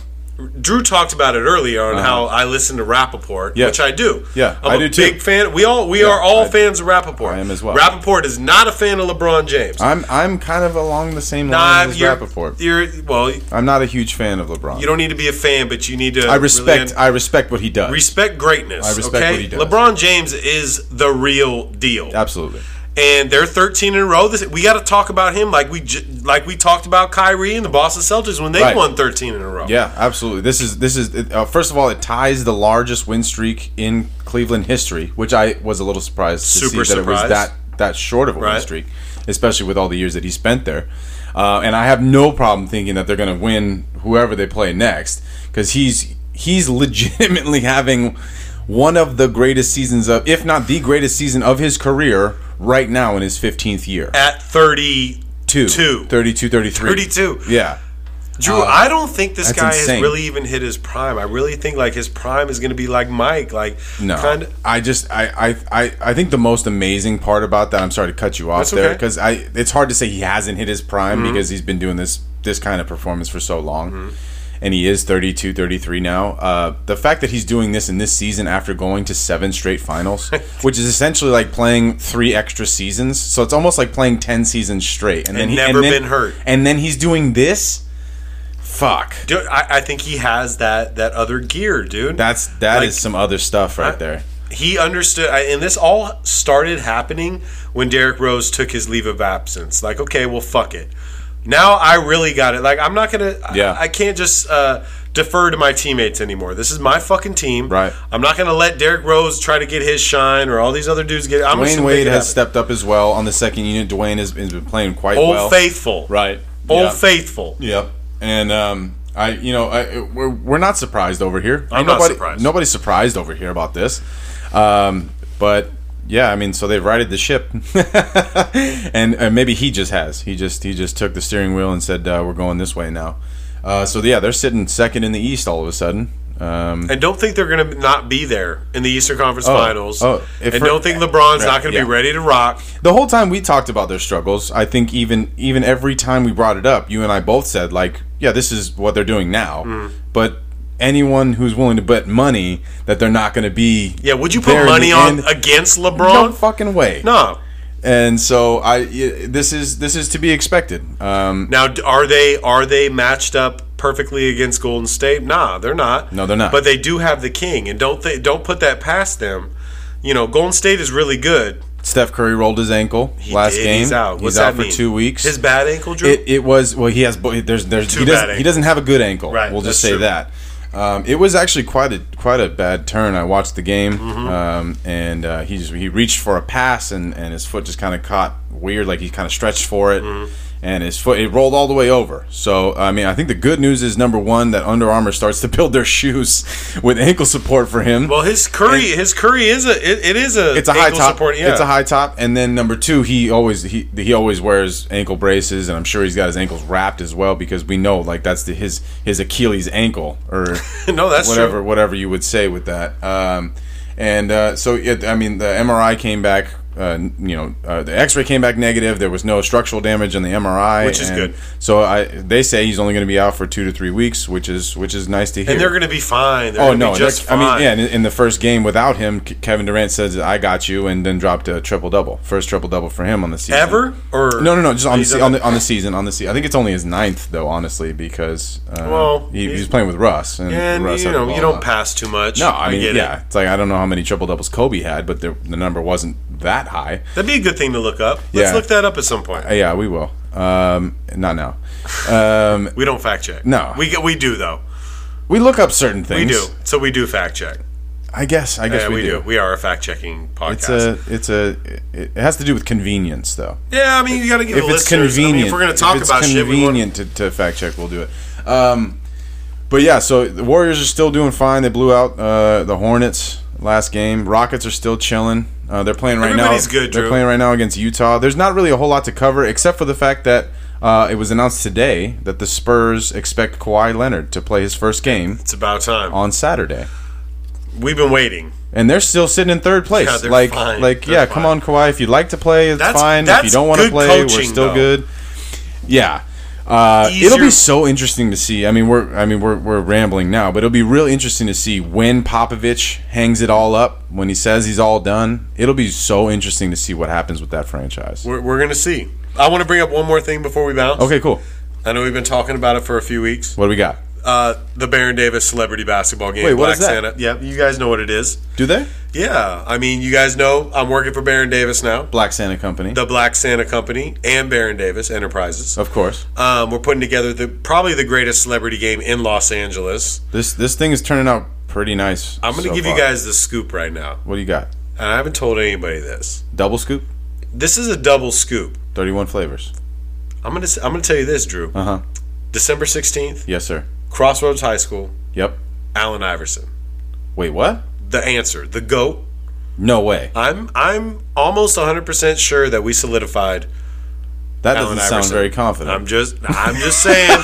[SPEAKER 2] Drew talked about it earlier on how I listen to Rappaport,
[SPEAKER 3] Uh-huh. Yeah.
[SPEAKER 2] which I do.
[SPEAKER 3] Yeah,
[SPEAKER 2] I'm
[SPEAKER 3] I
[SPEAKER 2] a
[SPEAKER 3] do too.
[SPEAKER 2] big fan. We all we are all fans of Rappaport.
[SPEAKER 3] I am as well.
[SPEAKER 2] Rappaport is not a fan of LeBron James.
[SPEAKER 3] I'm I'm kind of along the same
[SPEAKER 2] Nah,
[SPEAKER 3] lines
[SPEAKER 2] you're-
[SPEAKER 3] as Rappaport.
[SPEAKER 2] you're- well, you
[SPEAKER 3] I'm not a huge fan of LeBron.
[SPEAKER 2] don't need to be a fan, but you need to.
[SPEAKER 3] I respect
[SPEAKER 2] really
[SPEAKER 3] I respect what he does.
[SPEAKER 2] respect greatness.
[SPEAKER 3] I respect
[SPEAKER 2] okay?
[SPEAKER 3] what he does.
[SPEAKER 2] LeBron James is the real deal.
[SPEAKER 3] Absolutely.
[SPEAKER 2] and they're 13 in a row. This, we got to talk about him like we j- like we talked about Kyrie and the Boston Celtics when they
[SPEAKER 3] Right.
[SPEAKER 2] won 13 in a row.
[SPEAKER 3] Yeah, absolutely. This is this is uh, first of all, it ties the largest win streak in Cleveland history, which I was a little surprised to
[SPEAKER 2] Super
[SPEAKER 3] see that it was
[SPEAKER 2] surprised.
[SPEAKER 3] that that short of a win
[SPEAKER 2] Right.
[SPEAKER 3] streak, especially with all the years that he spent there. Uh, and I have no problem thinking that they're going to win whoever they play next because he's he's legitimately having one of the greatest seasons of, if not the greatest season of his career, right now in his 15th year.
[SPEAKER 2] at 32.
[SPEAKER 3] 32, 33.
[SPEAKER 2] 32.
[SPEAKER 3] Yeah.
[SPEAKER 2] Drew, I don't think this
[SPEAKER 3] uh, that's
[SPEAKER 2] guy has
[SPEAKER 3] insane.
[SPEAKER 2] really even hit his prime. I really think like his prime is going to be like Mike, like
[SPEAKER 3] No,
[SPEAKER 2] kind of
[SPEAKER 3] I just I, I I I think the most amazing part about that. I'm sorry to cut you off
[SPEAKER 2] That's
[SPEAKER 3] there
[SPEAKER 2] okay. Mm-hmm.
[SPEAKER 3] because I it's hard to say he hasn't hit his prime because he's been doing this this kind of performance for so long, and he is 32, 33 now. Uh, the fact that he's doing this in this season after going to seven straight finals, which is essentially like playing three extra seasons, so it's almost like playing ten seasons straight, and, then he,
[SPEAKER 2] never
[SPEAKER 3] and then-
[SPEAKER 2] been hurt.
[SPEAKER 3] and then he's doing this. Fuck,
[SPEAKER 2] Dude, I, I think he has that that other gear, dude.
[SPEAKER 3] that's that is
[SPEAKER 2] Like-
[SPEAKER 3] some other stuff right there.
[SPEAKER 2] he understood, I- and this all started happening when Derrick Rose took his leave of absence. Like, okay, well, fuck it. Now I really got it. Like, I'm not gonna. I-
[SPEAKER 3] Yeah.
[SPEAKER 2] I, can't just uh, defer to my teammates anymore. This is my fucking team.
[SPEAKER 3] Right.
[SPEAKER 2] I'm not gonna let Derrick Rose try to get his shine or all these other dudes get. I'm just
[SPEAKER 3] Dwayne
[SPEAKER 2] gonna
[SPEAKER 3] Wade
[SPEAKER 2] make it happen.
[SPEAKER 3] has stepped up as well on the second unit. Dwayne has, has been playing quite
[SPEAKER 2] Old
[SPEAKER 3] well.
[SPEAKER 2] Faithful.
[SPEAKER 3] right?
[SPEAKER 2] Old
[SPEAKER 3] yeah.
[SPEAKER 2] Faithful.
[SPEAKER 3] Yep. And um, I, you know, I, we're, we're not surprised over here.
[SPEAKER 2] I'm
[SPEAKER 3] Ain't
[SPEAKER 2] not
[SPEAKER 3] nobody,
[SPEAKER 2] surprised.
[SPEAKER 3] Nobody's surprised over here about this. Um, but yeah, I mean, so they've righted the ship, and uh, maybe he just has. He just he just took the steering wheel and said, uh, "We're going this way now." Uh, so yeah, they're sitting second in the East all of a sudden. Um,
[SPEAKER 2] And don't think they're going to not be there in the Eastern Conference Finals.
[SPEAKER 3] oh, if
[SPEAKER 2] and
[SPEAKER 3] we're-
[SPEAKER 2] don't think LeBron's not going to
[SPEAKER 3] yeah.
[SPEAKER 2] be ready to rock.
[SPEAKER 3] the whole time we talked about their struggles, I think even even every time we brought it up, you and I both said like, yeah, this is what they're doing now.
[SPEAKER 2] Mm.
[SPEAKER 3] But anyone who's willing to bet money that they're not going to be
[SPEAKER 2] Yeah, would you put
[SPEAKER 3] there in the
[SPEAKER 2] money on
[SPEAKER 3] end-
[SPEAKER 2] against
[SPEAKER 3] no
[SPEAKER 2] LeBron?
[SPEAKER 3] fucking way?
[SPEAKER 2] No.
[SPEAKER 3] And so I y- this is this is to be expected. Um,
[SPEAKER 2] Now, d- are they are they matched up perfectly against Golden State? Nah, they're not.
[SPEAKER 3] No, they're not.
[SPEAKER 2] But they do have the king, and don't they don't put that past them. You know, Golden State is really good.
[SPEAKER 3] Steph Curry rolled his ankle
[SPEAKER 2] He
[SPEAKER 3] last
[SPEAKER 2] did.
[SPEAKER 3] game.
[SPEAKER 2] he's out. What's
[SPEAKER 3] he's out
[SPEAKER 2] that
[SPEAKER 3] for
[SPEAKER 2] mean?
[SPEAKER 3] two weeks.
[SPEAKER 2] His bad ankle, Drew.
[SPEAKER 3] It, it was well. He has bo- there's there's
[SPEAKER 2] Two
[SPEAKER 3] he
[SPEAKER 2] bad
[SPEAKER 3] doesn't, he
[SPEAKER 2] ankles.
[SPEAKER 3] doesn't have a good ankle.
[SPEAKER 2] Right,
[SPEAKER 3] We'll just
[SPEAKER 2] that's
[SPEAKER 3] say
[SPEAKER 2] true.
[SPEAKER 3] that. Um, it was actually quite a quite a bad turn. I watched the game,
[SPEAKER 2] Mm-hmm.
[SPEAKER 3] um, and uh, he just he reached for a pass, and, and his foot just kind of caught weird, like he kind of stretched for it,
[SPEAKER 2] Mm-hmm.
[SPEAKER 3] and his foot it rolled all the way over. So I mean, I think the good news is number one that Under Armour starts to build their shoes with ankle support for him.
[SPEAKER 2] well, his curry, his curry is a it, it is a
[SPEAKER 3] it's a high
[SPEAKER 2] ankle
[SPEAKER 3] top.
[SPEAKER 2] Support, yeah.
[SPEAKER 3] It's a high top. And then number two, he always he he always wears ankle braces, and I'm sure he's got his ankles wrapped as well because we know like that's the, his his Achilles ankle or
[SPEAKER 2] No, that's true.
[SPEAKER 3] whatever whatever you would say with that. Um, and uh, so it, I mean the MRI came back. Uh, you know, uh, the X-ray came back negative. There was no structural damage on the MRI,
[SPEAKER 2] Which is
[SPEAKER 3] and
[SPEAKER 2] good.
[SPEAKER 3] So I, they say he's only going to be out for two to three weeks, which is which is nice to hear.
[SPEAKER 2] and they're going to be fine. They're
[SPEAKER 3] Oh
[SPEAKER 2] gonna
[SPEAKER 3] no!
[SPEAKER 2] be
[SPEAKER 3] and
[SPEAKER 2] just
[SPEAKER 3] I
[SPEAKER 2] fine.
[SPEAKER 3] mean, yeah. In, in the first game without him, K- Kevin Durant says, "I got you," and then dropped a triple double. First triple double for him on the season.
[SPEAKER 2] Ever or
[SPEAKER 3] No, no, no. Just on the,
[SPEAKER 2] He's
[SPEAKER 3] se-
[SPEAKER 2] done
[SPEAKER 3] on the
[SPEAKER 2] that-
[SPEAKER 3] on the season. On the season. I think it's only his ninth though, honestly, because uh,
[SPEAKER 2] Well,
[SPEAKER 3] he, he
[SPEAKER 2] he's-
[SPEAKER 3] was playing with Russ, and,
[SPEAKER 2] And
[SPEAKER 3] Russ
[SPEAKER 2] you
[SPEAKER 3] had the
[SPEAKER 2] know,
[SPEAKER 3] ball
[SPEAKER 2] you
[SPEAKER 3] a
[SPEAKER 2] don't
[SPEAKER 3] lot.
[SPEAKER 2] pass too much.
[SPEAKER 3] No, I mean,
[SPEAKER 2] get it.
[SPEAKER 3] yeah. It's like I don't know how many triple doubles Kobe had, but the, the number wasn't that high.
[SPEAKER 2] That'd be a good thing to look up. Let's
[SPEAKER 3] Yeah.
[SPEAKER 2] look that up at some point.
[SPEAKER 3] Uh, yeah, we will. Um, not now. Um,
[SPEAKER 2] we don't fact check.
[SPEAKER 3] No.
[SPEAKER 2] we we do though.
[SPEAKER 3] we look up certain things.
[SPEAKER 2] We do. So we do fact check.
[SPEAKER 3] I guess. I guess
[SPEAKER 2] Yeah,
[SPEAKER 3] we, do.
[SPEAKER 2] We are a fact checking podcast.
[SPEAKER 3] It's uh, a. It's a. It it has to do with convenience, though.
[SPEAKER 2] yeah, I mean, you got to give
[SPEAKER 3] if
[SPEAKER 2] the
[SPEAKER 3] it's
[SPEAKER 2] listeners.
[SPEAKER 3] convenient,
[SPEAKER 2] I mean, if we're going to talk
[SPEAKER 3] it's
[SPEAKER 2] about shit, we want.
[SPEAKER 3] convenient to, to fact check, we'll do it. Um, but yeah, so the Warriors are still doing fine. They blew out uh, the Hornets last game. Rockets are still chilling. Uh, they're playing right
[SPEAKER 2] Everybody's
[SPEAKER 3] now.
[SPEAKER 2] good,
[SPEAKER 3] they're
[SPEAKER 2] Drew.
[SPEAKER 3] playing right now against Utah. There's not really a whole lot to cover except for the fact that uh, it was announced today that the Spurs expect Kawhi Leonard to play his first game
[SPEAKER 2] It's about time.
[SPEAKER 3] on Saturday
[SPEAKER 2] We've been waiting.
[SPEAKER 3] and they're still sitting in third place.
[SPEAKER 2] Yeah, they're
[SPEAKER 3] like,
[SPEAKER 2] fine.
[SPEAKER 3] like,
[SPEAKER 2] They're
[SPEAKER 3] yeah,
[SPEAKER 2] fine.
[SPEAKER 3] come on, Kawhi. If you'd like to play, it's
[SPEAKER 2] That's-
[SPEAKER 3] fine. if you
[SPEAKER 2] that's
[SPEAKER 3] don't want to
[SPEAKER 2] good
[SPEAKER 3] play, we're
[SPEAKER 2] coaching,
[SPEAKER 3] still
[SPEAKER 2] though.
[SPEAKER 3] good. Yeah. Uh, it'll
[SPEAKER 2] Easier-
[SPEAKER 3] be so interesting to see. I mean, we're I mean we're, we're rambling now, but it'll be real interesting to see when Popovich hangs it all up when he says he's all done. It'll be so interesting to see what happens with that franchise.
[SPEAKER 2] We're, we're going to see. I want to bring up one more thing before we bounce.
[SPEAKER 3] Okay, cool.
[SPEAKER 2] I know we've been talking about it for a few weeks.
[SPEAKER 3] What do we got?
[SPEAKER 2] Uh, the Baron Davis celebrity basketball game.
[SPEAKER 3] Wait, what
[SPEAKER 2] Black
[SPEAKER 3] is that?
[SPEAKER 2] Santa. Yeah, you guys know what it is.
[SPEAKER 3] Do they
[SPEAKER 2] Yeah, I mean, you guys know I'm working for Baron Davis now,
[SPEAKER 3] Black Santa Company?
[SPEAKER 2] the Black Santa Company, and Baron Davis Enterprises.
[SPEAKER 3] of course.
[SPEAKER 2] Um, we're putting together the probably the greatest celebrity game in Los Angeles.
[SPEAKER 3] This this thing is turning out pretty nice.
[SPEAKER 2] I'm going to
[SPEAKER 3] so
[SPEAKER 2] give
[SPEAKER 3] far.
[SPEAKER 2] you guys the scoop right now,
[SPEAKER 3] What do you got?
[SPEAKER 2] and I haven't told anybody this.
[SPEAKER 3] Double scoop?
[SPEAKER 2] This is a double scoop.
[SPEAKER 3] 31 flavors.
[SPEAKER 2] I'm gonna s- I'm gonna tell you this, Drew.
[SPEAKER 3] Uh huh.
[SPEAKER 2] December 16th,
[SPEAKER 3] Yes, sir.
[SPEAKER 2] Crossroads High School,
[SPEAKER 3] Yep.
[SPEAKER 2] Allen Iverson.
[SPEAKER 3] Wait, what?
[SPEAKER 2] The answer, the goat.
[SPEAKER 3] No way.
[SPEAKER 2] I'm I'm almost 100% sure that we solidified
[SPEAKER 3] That
[SPEAKER 2] Allen
[SPEAKER 3] doesn't sound
[SPEAKER 2] Iverson.
[SPEAKER 3] very confident.
[SPEAKER 2] I'm just I'm just saying.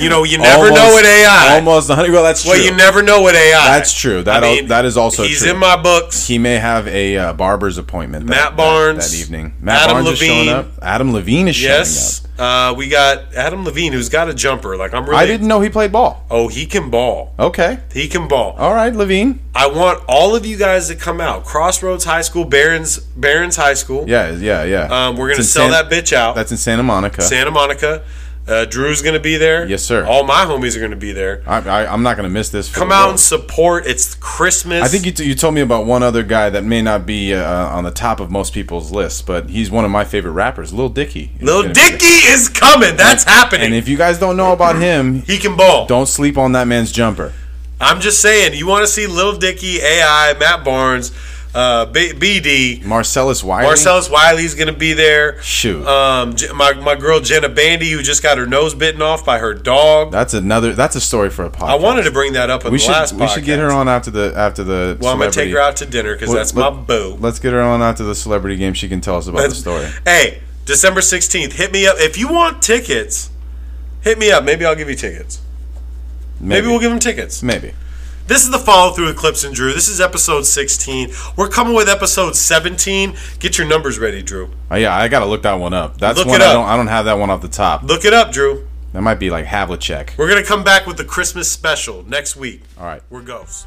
[SPEAKER 2] you know, you never
[SPEAKER 3] Almost-
[SPEAKER 2] know with AI.
[SPEAKER 3] Almost 100. Well, that's true.
[SPEAKER 2] well, you never know with AI.
[SPEAKER 3] That's true. That al- that is also
[SPEAKER 2] He's
[SPEAKER 3] true.
[SPEAKER 2] in my books.
[SPEAKER 3] he may have a uh, barber's appointment. that-
[SPEAKER 2] Matt
[SPEAKER 3] that-
[SPEAKER 2] Barnes,
[SPEAKER 3] that, evening. Matt
[SPEAKER 2] Adam
[SPEAKER 3] Barnes is showing
[SPEAKER 2] Levine.
[SPEAKER 3] up. Adam Levine is
[SPEAKER 2] yes. Uh, we got Adam Levine who's got a jumper. Like I'm
[SPEAKER 3] showing
[SPEAKER 2] really
[SPEAKER 3] up. I didn't know he played ball.
[SPEAKER 2] Oh, he can ball.
[SPEAKER 3] Okay.
[SPEAKER 2] He can ball.
[SPEAKER 3] All right, Levine.
[SPEAKER 2] I want all of you guys to come out. Crossroads High School, Barons Barons High School.
[SPEAKER 3] Yeah, yeah, yeah.
[SPEAKER 2] Um, we're gonna
[SPEAKER 3] It's in
[SPEAKER 2] sell
[SPEAKER 3] San-
[SPEAKER 2] that bitch out.
[SPEAKER 3] That's in Santa Monica.
[SPEAKER 2] Santa Monica. Uh, Drew's gonna be there.
[SPEAKER 3] Yes, sir.
[SPEAKER 2] All my homies are gonna be there.
[SPEAKER 3] I, I, I'm not going to miss this. for
[SPEAKER 2] Come
[SPEAKER 3] the
[SPEAKER 2] out
[SPEAKER 3] world.
[SPEAKER 2] and support. It's Christmas.
[SPEAKER 3] I think you, t- you told me about one other guy that may not be uh, on the top of most people's lists, but he's one of my favorite rappers, Lil Dicky. is
[SPEAKER 2] Lil
[SPEAKER 3] gonna be there.
[SPEAKER 2] Dicky is coming. That's happening.
[SPEAKER 3] And if you guys don't know about him,
[SPEAKER 2] he can ball.
[SPEAKER 3] don't sleep on that man's jumper.
[SPEAKER 2] I'm just saying. You want to see Lil Dicky, AI, Matt Barnes, uh, B- BD,
[SPEAKER 3] Marcellus Wiley.
[SPEAKER 2] Marcellus Wiley's gonna be there.
[SPEAKER 3] Shoot.
[SPEAKER 2] Um, J- my my girl Jenna Bandy, who just got her nose bitten off by her dog.
[SPEAKER 3] that's another. That's a story for a podcast.
[SPEAKER 2] I wanted to bring that up in
[SPEAKER 3] We
[SPEAKER 2] the
[SPEAKER 3] should
[SPEAKER 2] last
[SPEAKER 3] we should get her
[SPEAKER 2] podcast.
[SPEAKER 3] on after the after the.
[SPEAKER 2] Well, I'm gonna take
[SPEAKER 3] celebrity-
[SPEAKER 2] her out to dinner because
[SPEAKER 3] Let-
[SPEAKER 2] that's my
[SPEAKER 3] let-
[SPEAKER 2] boo.
[SPEAKER 3] Let's get her on after the celebrity game. She can tell us about the story.
[SPEAKER 2] Hey, December 16th, hit me up. If you want tickets, hit me up. Maybe I'll give you tickets. Maybe, we'll give them tickets.
[SPEAKER 3] Maybe.
[SPEAKER 2] This is the follow through with Clips and Drew. This is episode 16. We're coming with episode 17. Get your numbers ready, Drew.
[SPEAKER 3] Oh, yeah, I gotta look that one up. That's
[SPEAKER 2] Look
[SPEAKER 3] one
[SPEAKER 2] it
[SPEAKER 3] I
[SPEAKER 2] up.
[SPEAKER 3] don't. I don't have that one off the top.
[SPEAKER 2] Look it up, Drew.
[SPEAKER 3] That might be like Havlicek.
[SPEAKER 2] We're going to come back with the Christmas special next week.
[SPEAKER 3] All right.
[SPEAKER 2] We're ghosts.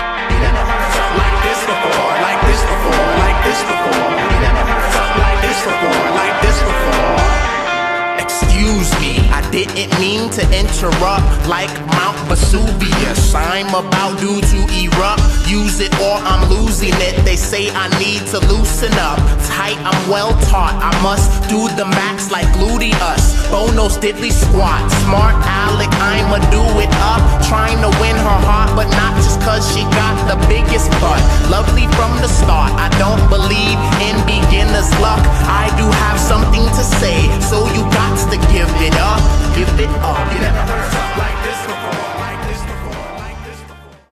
[SPEAKER 1] Like this before, like this before, like this before. We never heard something like this before, like this before. Excuse me, I didn't mean to interrupt. Like Mount Vesuvius, I'm about due to erupt. Use it or I'm losing it. They say I need to loosen up. Tight, I'm well taught. I must do the max like gluteus. Bono's diddly squat. Smart Alec, I'ma do it up. Trying to win her heart, but not just cause